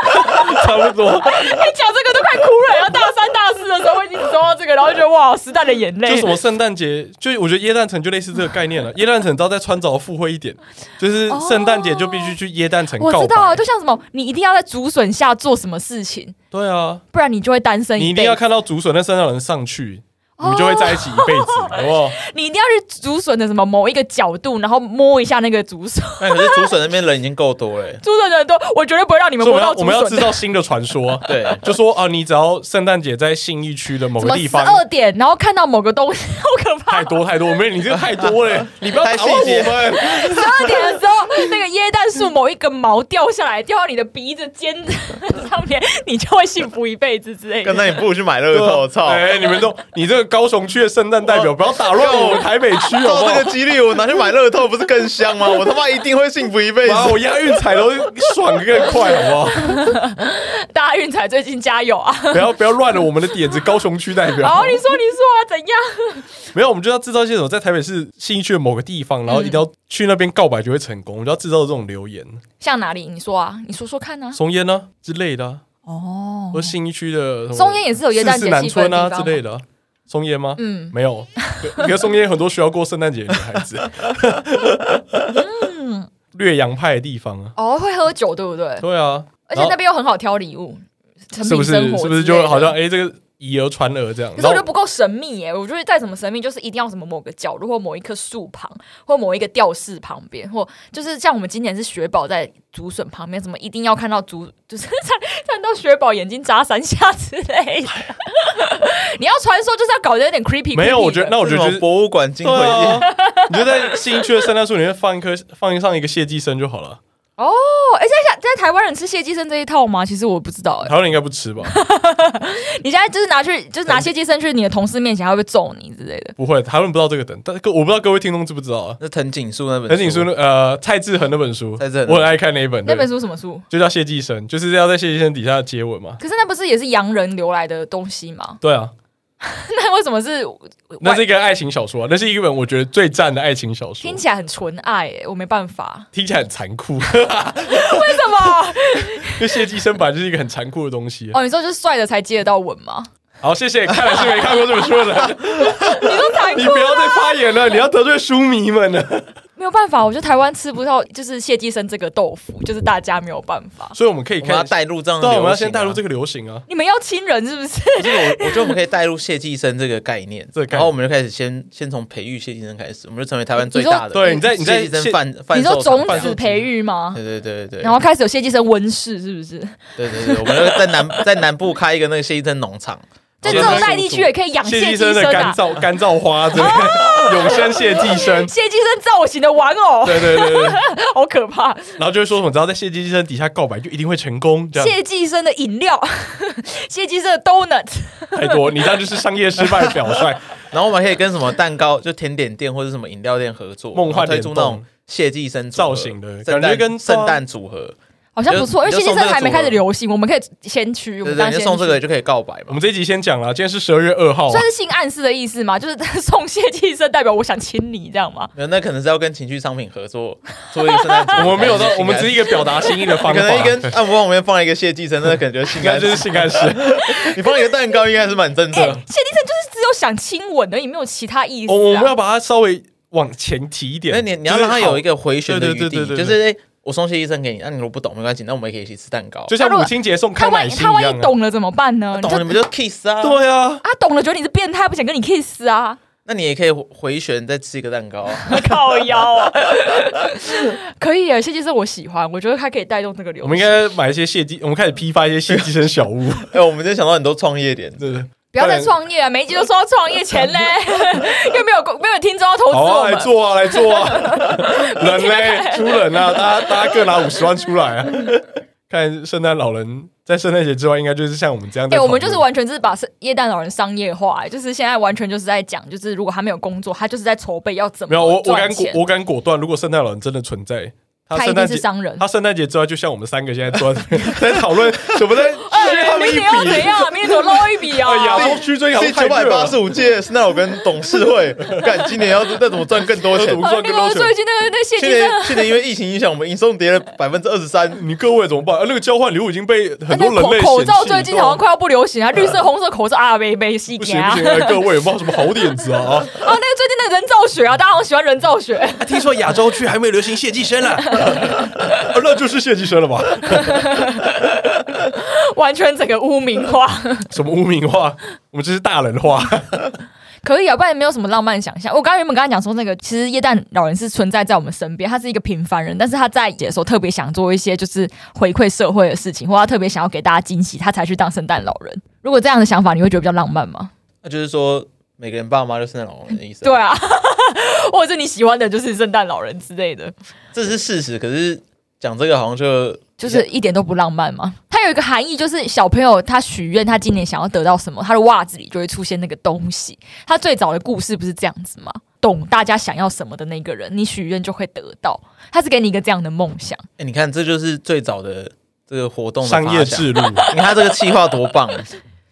B: 差不多，
C: [LAUGHS] 你讲这个都快哭了。然后大三大四的时候，我已经收到这个，然后就觉得哇，时代的眼
B: 就
C: 泪
B: 什。么圣诞节，就我觉得耶诞城就类似这个概
C: [LAUGHS]
B: 念了。耶诞城只要再穿着附会一点，就是圣诞节就必须去耶诞城
C: 我
B: 告
C: 知道啊，
B: 白
C: 就。像什么，你一定要在竹笋下做什么事情，
B: 对啊，
C: 不然你就会单身
B: 你一
C: 哦一辈
B: 定
C: 子。
B: 要看到竹笋那圣诞老人上去，你们就会在一起一辈子，好不好？
C: 你一定要去竹笋的什么某一个角度，然后摸一下那个竹笋。
A: [LAUGHS]
C: [LAUGHS]
A: 那可是竹笋那边人已经够多了欸。
C: 竹笋的人都，我绝对不会让你们
B: 所以
C: [LAUGHS]
B: 我们要我
C: 摸到竹
B: 们要
C: 笋
B: 制
C: 的。
B: 造新的传说，
A: [LAUGHS] 对，
B: 就说啊，你只要圣诞节在信义区的某
C: 什
B: 个
C: 么
B: 地
C: 十
B: 方，
C: 二点，然后看到某个东西， [LAUGHS] 好可怕！
B: 太多太多，没有你这个太
A: [LAUGHS]
B: 多了， [LAUGHS] 你不要
A: 太
B: 打乱
A: 细节
B: 我们。
C: 十二点的时候，那个椰蛋树某一根毛掉下来，掉到你的鼻子尖上面，你就会幸福一辈子之类
A: 刚
C: 的。
A: 才你不如去买乐透，操！
B: 哎，你们都，你这个高雄区的圣诞代表，不要打乱我们台北区，好不
A: 照
B: 好
A: 这？个几率， [LAUGHS] 我拿去买乐透不是更香吗？我他妈一定会幸福一 [LAUGHS] 辈子。
B: 妈，我押韵踩都爽个更快，好不好？
C: 大家运彩最近加油啊！
B: [LAUGHS] 不要不要乱了我们的点子，高雄区代
C: 好，
B: 表。
C: 你说你说啊，怎样？
B: 没有，我们就要制造一些什么，在台北市信义区的某个地方，然后一定要去那边告白就会成功，我们就要制造这种留言，
C: 像哪里？你说啊，你说说看啊。
B: 松烟呢之类的啊，
C: 哦，
B: 或信义区的什么
C: 松烟也是有耶诞节
B: 四四南村啊
C: 气氛的地方
B: 之
C: 吗
B: 类的啊。松烟吗？
C: 嗯
B: 没有。可可是松烟有很多需要过圣诞节的女孩子。
C: 嗯
B: [LAUGHS] 略洋派的地方啊，
C: 哦，会喝酒对不对？
B: 对啊，
C: 而且那边又很好挑礼物，成
B: 是不
C: 品
B: 是
C: 生活
B: 是不是
C: 之类
B: 就
C: 的
B: 好像哎、这个以讹传讹这样？
C: 可是
B: 然
C: 我
B: 后
C: 觉得不够神秘耶、我觉得再怎么神秘，就是一定要什么某个角落，或某一棵树旁，或某一个吊饰旁边，或就是像我们今年是雪宝在竹笋旁边，什么一定要看到竹， [LAUGHS] 就是看看到雪宝眼睛眨三下之类的。 [LAUGHS] 你要传说就是要搞得有点 creepy，
B: 没有，
C: creepy
B: 我觉得
C: 的
B: 那我觉得
A: 这
B: 就
A: 种
B: 是
A: 博物馆惊魂夜，
B: 对啊，你就在新区的圣诞树里面放一棵，放上一个谢继生就好了。
C: 哦，哎，在想在台湾人吃蟹寄生这一套吗？其实我不知道哎、
B: 台湾人应该不吃
A: [LAUGHS]
B: 吧？
C: 你现在就是拿去，就是拿蟹寄生去你的同事面前，他会不会揍你之类的？
B: 不会，台湾人不知道这个等，但各我不知道各位听众知不知道啊？
A: 那藤井树那本
B: 藤井树那呃蔡志恒那本书，
A: 蔡志恒
B: 我很爱看那一本，
C: 那本
B: 对
C: 书什么书？
B: 就叫《谢寄生》，就是要在谢寄生底下接吻嘛。
C: 可是那不是也是洋人留来的东西吗？ [LAUGHS]
B: 对啊，
C: 那为什么是？
B: 那是一个爱情小说、啊，那是一本我觉得最赞的爱情小说
C: 听，起来很纯爱、哎，我没办法。
B: 听起来很残
C: [LAUGHS]
B: 酷。
C: 为什么？
B: 因为谢寄生本来就是一个很残酷的东西啊。
C: [LAUGHS] 哦，你说就是帅的才接得到吻吗？
B: 好，谢谢看来是没看过这本书的
C: [LAUGHS]
B: 人，
C: 你说残
B: 你
C: 酷
B: 不，要再发言了，你要得罪书迷们了。
C: [LAUGHS] 没有办法，我觉得台湾吃不到就是蟹寄生这个豆腐，就是大家没有办法。
B: 所以我们可以
A: 我们要
B: 看，
A: 带入这样的
B: 对
A: 流行啊、
B: 啊，我们要先带入这个流行啊。
C: 你们要亲人是不 [LAUGHS] 是？
A: 不是我，我觉得我们可以带入谢寄生这个概念，
B: 这个概念
A: 然后我们就开始先先从培育谢寄生开始，我们就成为台湾最大的
B: 对，你在你在
A: 谢寄生
B: 谢
A: 贩贩
C: 你说
A: 售
C: 种
A: 场贩售
C: 子培育吗？
A: 对对对对对
C: 然后开始有蟹寄生温室是不是？
A: 对对对，我们要在南在南部开一个那个谢寄生农场，
C: 在
A: 然后
C: 热
A: 让
C: 带地区也可以养
B: 谢
C: 蟹
B: 寄
C: 寄
B: 生
C: 生
B: 的干
C: 啊，
B: 燥 [LAUGHS] 干燥花之类
C: 哦
B: 的，永生谢寄
C: [LAUGHS]
B: 生。
C: 蟹寄生造型的玩偶，
B: 对对对对，
C: 好可怕！
B: 然后就会说什么，只要在谢寄生底下告白，就一定会成功。
C: [LAUGHS]
B: 这样
C: 蟹寄生的饮料， [LAUGHS] 蟹寄生的 donut，
B: 太多，你这样就是商业失败表
C: [LAUGHS]
B: 率。
A: 然后我们可以跟什么蛋糕就甜点店或者什么饮料店合作，
B: 梦幻
A: 然后推出
B: 联
A: 那
B: 动
A: 种谢寄生组合
B: 造型的
A: 圣
B: 感觉
A: 诞
B: 跟
A: 圣诞组合，
C: 好像不错，因为蟹寄生还没开始流行，我们可以先驱，我
A: 对
C: 们
A: 对，
C: 当
A: 你就
C: 先
A: 送这个
C: 驱。
A: 就可以告白
B: 我
A: 嘛。
B: 们这一集先讲了，今天是十二月二号啊
C: 算，是性暗示的意思嘛？就是 [LAUGHS] 送蟹寄生代表我想亲你，这样吗？
A: 没有，那可能是要跟情趣商品合作做一个圣诞组合。
B: 我们
A: [LAUGHS]
B: 没有到，我们只是
A: 一
B: 一个表达心意的方
A: 可
B: 法。
A: 能一
B: [LAUGHS]
A: 根啊按摩棒里面放一个谢继生，那感觉性
B: 应
A: 感
B: 该就是性
A: [LAUGHS]
B: 暗示，
A: 你放一个蛋糕应该是蛮正
C: 哎、
A: 常。
C: 蟹寄生就是只有想亲吻而已，没有其他意思、啊。
B: 我哦我们要把它稍微往前提一点。
A: 哎那你你要让它有一
B: 个，
A: 个回旋的余
B: 对对
A: 地，
B: 对对对
A: 就是哎，我送谢医生给你，那你如果不懂没关系，那我们也可以一起吃蛋糕。
B: 就像母亲节送
C: 他
B: 康
C: 万
B: 乃
C: 一
B: 馨
C: 他
B: 一
C: 万
B: 样
C: 一
B: 啊。
C: 懂了怎么办呢？你
A: 懂
C: 就
A: 了你们就 kiss 啊，
B: 对啊，
C: 啊懂了，觉得你是变态，不想跟你 kiss
B: [LAUGHS]
C: 啊，
A: 那你也可以回旋再吃一个蛋糕啊。
C: 靠腰、啊。 [LAUGHS] 可以啊耶，谢先生我喜欢，我觉得他可以带动这个流
B: 我
C: 行。
B: 们应该买一些谢鸡，我们开始批发一些谢鸡生小
A: [LAUGHS]
B: 物，
A: 哎，我们今天想到很多创业点，
B: 对不对？
C: 不要再创业啊！每一集都说要创业钱
B: [LAUGHS]
C: 嘞，又没有没有听众要投资
B: 好
C: 哦我
B: 啊，
C: 们
B: 来。做啊，来做
C: [LAUGHS]
B: 啊！人嘞，出人啊，大家大家各拿五十万出来啊！看圣诞老人在圣诞节之外，应该就是像我们这样在
C: 哎、
B: 讨论。
C: 我们就是完全就是把圣耶诞老人商业化、就是现在完全就是在讲，就是如果他没有工作，他就是在筹备要怎
B: 没有我
C: 么
B: 我
C: 赚
B: 敢果
C: 钱。
B: 我敢果断，如果圣诞老人真的存在，他
C: 他
B: 圣
C: 一定
B: 诞
C: 是
B: 节
C: 商人。
B: 他圣诞节之外，就像我们三个现在坐在这边 [LAUGHS] 在讨论怎么在削他们一
C: 哎明年要怎
B: 笔。
C: 样？明年怎么捞一笔啊？
B: [LAUGHS] 哎，亚洲区真好
A: 第
B: 太
A: 九
B: 热
A: 百八
B: 了
A: 十。五届圣诞老跟董事会，干今年要再怎么赚更多
B: [LAUGHS]
A: 钱
B: 不？
C: 啊
B: 算
C: 那
B: 跟
C: 个
B: 捞钱
C: 最近那个那谢
A: 去
C: 先生
A: 年去年因为疫情影响，我们营收跌了百分之二十三。
B: 你各位怎么办？啊那个交换礼物已经被很多人类
C: 哎口口
B: 嫌
C: 罩
B: 弃
C: 最近好像快要不
B: [LAUGHS]
C: 流行啊，绿色、红色口罩啊，没没戏
B: 不
C: 给
B: 行
C: 啊。
B: 不
C: 啊，
B: 行，哎各位有没有什么好点子啊？啊，
C: 那个最近那个人造雪啊，大家好喜欢人造雪，
B: 啊听说亚洲区还没有流行谢寄生 [LAUGHS] 了，啊那就是谢寄生了吧？
C: [LAUGHS] 完全整个污名化。
B: 什么污名化？我们这是大人化，
C: 可以啊，不然没有什么浪漫想象。我刚刚原本刚才讲说，那个其实耶诞老人是存在在我们身边，他是一个平凡人，但是他在野的时候特别想做一些就是回馈社会的事情，或他特别想要给大家惊喜，他才去当圣诞老人。如果这样的想法，你会觉得比较浪漫吗？
A: 那就是说，每个人爸妈就是那种人的意思。
C: 对，啊， [LAUGHS] 或者是你喜欢的就是圣诞老人之类的。
A: 这是事实。可是讲这个好像就
C: 就是一点都不浪漫嘛。它有一个含义，就是小朋友他许愿，他今年想要得到什么，他的袜子里就会出现那个东西。他最早的故事不是这样子吗？懂大家想要什么的那个人，你许愿就会得到。他是给你一个这样的梦想，
A: 哎、你看，这就是最早的这个活动的
B: 商业
A: 发想
B: [LAUGHS] 制度。
A: 你看他这个计划多棒，啊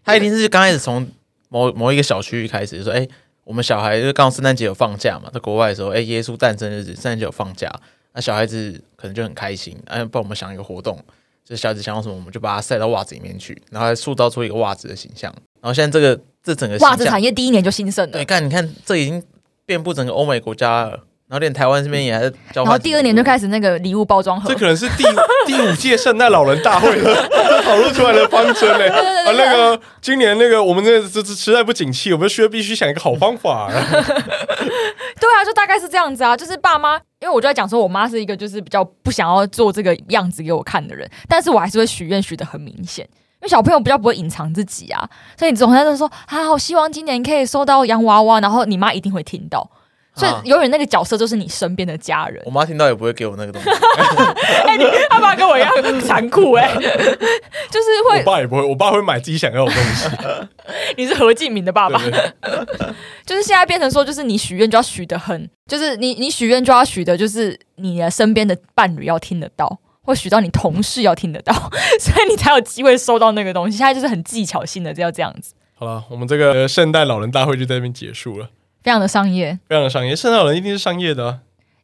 A: 他一定是刚开始从某某一个小区域开始，就说：“哎、我们小孩就刚好圣诞节有放假嘛，在国外的时候，哎、耶稣诞生日圣诞节有放假，那小孩子可能就很开心，哎、帮我们想一个活动，就是小孩子想要什么，我们就把它塞到袜子里面去，然后还塑造出一个袜子的形象。然后现在这个这整个
C: 袜
A: 形
C: 子
A: 象，
C: 产业第一年就兴盛了
A: 对，。看你看这已经遍布整个欧美国家了，然后连台湾这边也还在交
C: 然
A: 换，
C: 后第二年就。开始那个礼物包装盒
B: 这，可能是第第五届圣诞老人大会 [LAUGHS] 的讨论出来的方针嘞、啊，那个今年那个我们这这这实在不景气，我们需要必须想一个好方法、
C: 对啊，就大概是这样子啊，就是爸妈，因为我就在讲说，我妈是一个就是比较不想要做这个样子给我看的人，但是我还是会许愿许的很明显，因为小朋友比较不会隐藏自己啊，所以你总在就说啊，我希望今年可以收到洋娃娃，然后你妈一定会听到。所
A: 啊
C: 以永远那个角色就是你身边的家人
A: 我。妈听到也不会给我那个东西，
C: [LAUGHS] 哎、你他爸跟我一样残酷哎、 [LAUGHS] 就是
B: 我
C: 会
B: 爸也不会，我爸会买自己想要的东西。
C: 你是何敬明的爸爸，
B: 对不对？
C: 就是现在变成说，就是你许愿就要许的很，就是你你许愿就要许的，就是你的身边的伴侣要听得到。或许到你同事要听得到， [LAUGHS] 所以你才有机会收到那个东西。现在就是很技巧性的，就要这样子，
B: 好了，我们这个呃圣诞老人大会就在这边结束了，
C: 非常的商业。
B: 非常的商业。圣诞老人一定是商业的、啊，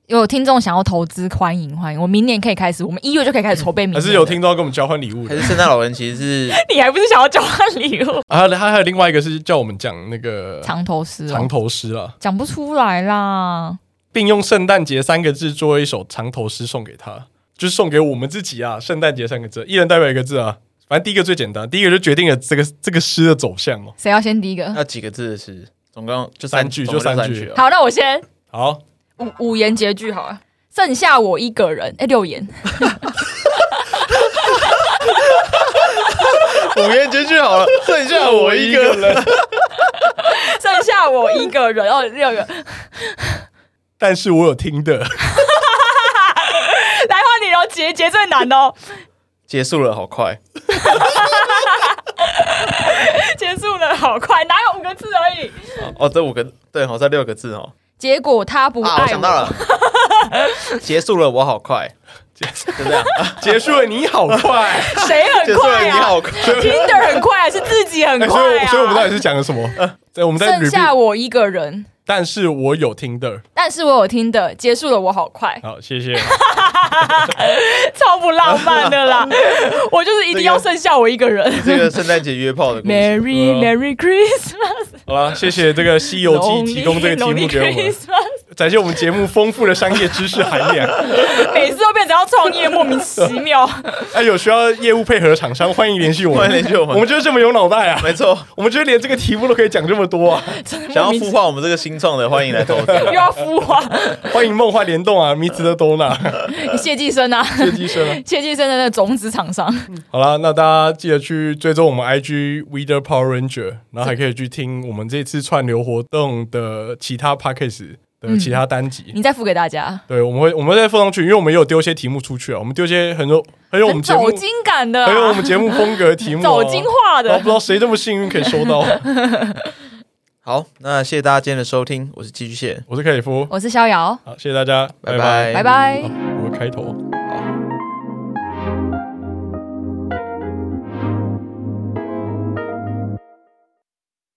C: 有听众想要投资，欢迎欢迎。我明年可以开始，我们一月就可以开始筹备明
B: 还
C: 年。
B: 是有，听到跟我们交换礼物
A: 还
B: 的。
A: 是圣诞老人其实是
C: [LAUGHS] 你还不是想要交换礼物？
B: 啊，他还有另外一个是叫我们讲那个
C: 长头诗、
B: 长
C: 哦，
B: 头诗啊，
C: 讲不出来啦。
B: 并用“圣诞节”三个字做一首长头诗送给他，就是送给我们自己啊。圣诞节三个字，一人代表一个字啊。反正第一个最简单，第一个就决定了这个这个诗的走向哦。
C: 谁要先第一个？
A: 那几个字的诗，总共就
B: 三句
A: 总共
B: 就三
A: 三
B: 句
A: 哦
C: 好，那我先
B: 好，
C: 五五言绝句好了，剩下我一个人。哎、六言，
A: 五言绝句好了，剩下我一个人。
B: 人，
C: 剩下我一个人。哦，六个，
B: 但是我有听
C: [LAUGHS]
B: 的，
C: 来换你哦，结结最难哦， [LAUGHS]
A: 结束了，好快。
C: 结束了，好快，哪有五个字而已？
A: 哦，这五个对，好，这六个字哦。
C: 结果他不
A: 啊，我
C: 爱
A: 想到了，结束了，我好快，就这样，
B: 结束了，你好快。
C: 谁
A: 结
C: [LAUGHS]
A: 束
C: 很
A: 了，
C: 快
A: 你
C: 啊
A: 好
C: [LAUGHS]
A: 快。
C: ？Tinder 很快，啊是自己 [LAUGHS] 很
B: 哎所
C: 快
B: 以，
C: 啊。呃
B: 所以我们到底是讲了什么？对，我们在
C: 剩
B: repeat
C: 下我一个人，
B: 但是我有听的。
C: 但是我有听的，结束了，我好快，
B: 好，谢
C: [LAUGHS]
B: 谢。
C: 超不浪漫的啦。 [LAUGHS] 我就是一定要剩下我一个人。
A: 这个圣诞节约炮的故事，
C: Merry
B: 啊
C: Merry Christmas，
B: 好了，谢谢这个《西游记》提供这个题目给我们，
C: Lonely Christmas [LAUGHS]
B: 展现我们节目丰富的商业知识含量。
C: 每次都变成要创业，莫名其
B: [LAUGHS]
C: 妙。
B: 哎，有需要业务配合的厂商，欢迎联系我
A: 欢迎
B: 们。
A: 联系我
B: 我
A: 们
B: 们，就是这么有脑袋啊！
A: 没
C: [LAUGHS]
A: 错。
B: 我们就是连这个题目都可以讲这么多
A: [LAUGHS]
B: 啊！
A: 想要孵化我们这个新创的，欢迎来投资。
C: 又要孵化，
B: 欢迎梦幻联动啊，迷之的多纳
C: 谢继生啊，
B: 谢医生啊。
C: 谢继生的那个种子厂商，
B: 好啦，那大家记得去追踪我们 IG Weather Power Ranger，然后还可以去听我们这次串流活动的其他 Pockets
A: 嗯
B: 的其他单集。
C: 你再付给大家，
B: 对，我们会我们会再放上去，因为我们也有丢一些题目出去啊，我们丢一些很有很有我
C: 很
B: 们节目
C: 走金感的、
B: 很有我们
C: 啊，
B: 节目风格的
A: [LAUGHS]
B: 题目、啊，
C: 走金化
B: 然后
C: 的
B: 不知。道谁这么幸运可以收到。
A: 好，那谢谢大家今天的收听，我是寄居蟹，
B: 我是凯里夫，
C: 我是逍遥，
B: 哎好，谢谢大家，
A: 拜
B: 拜
C: 拜拜。
B: 我的开头。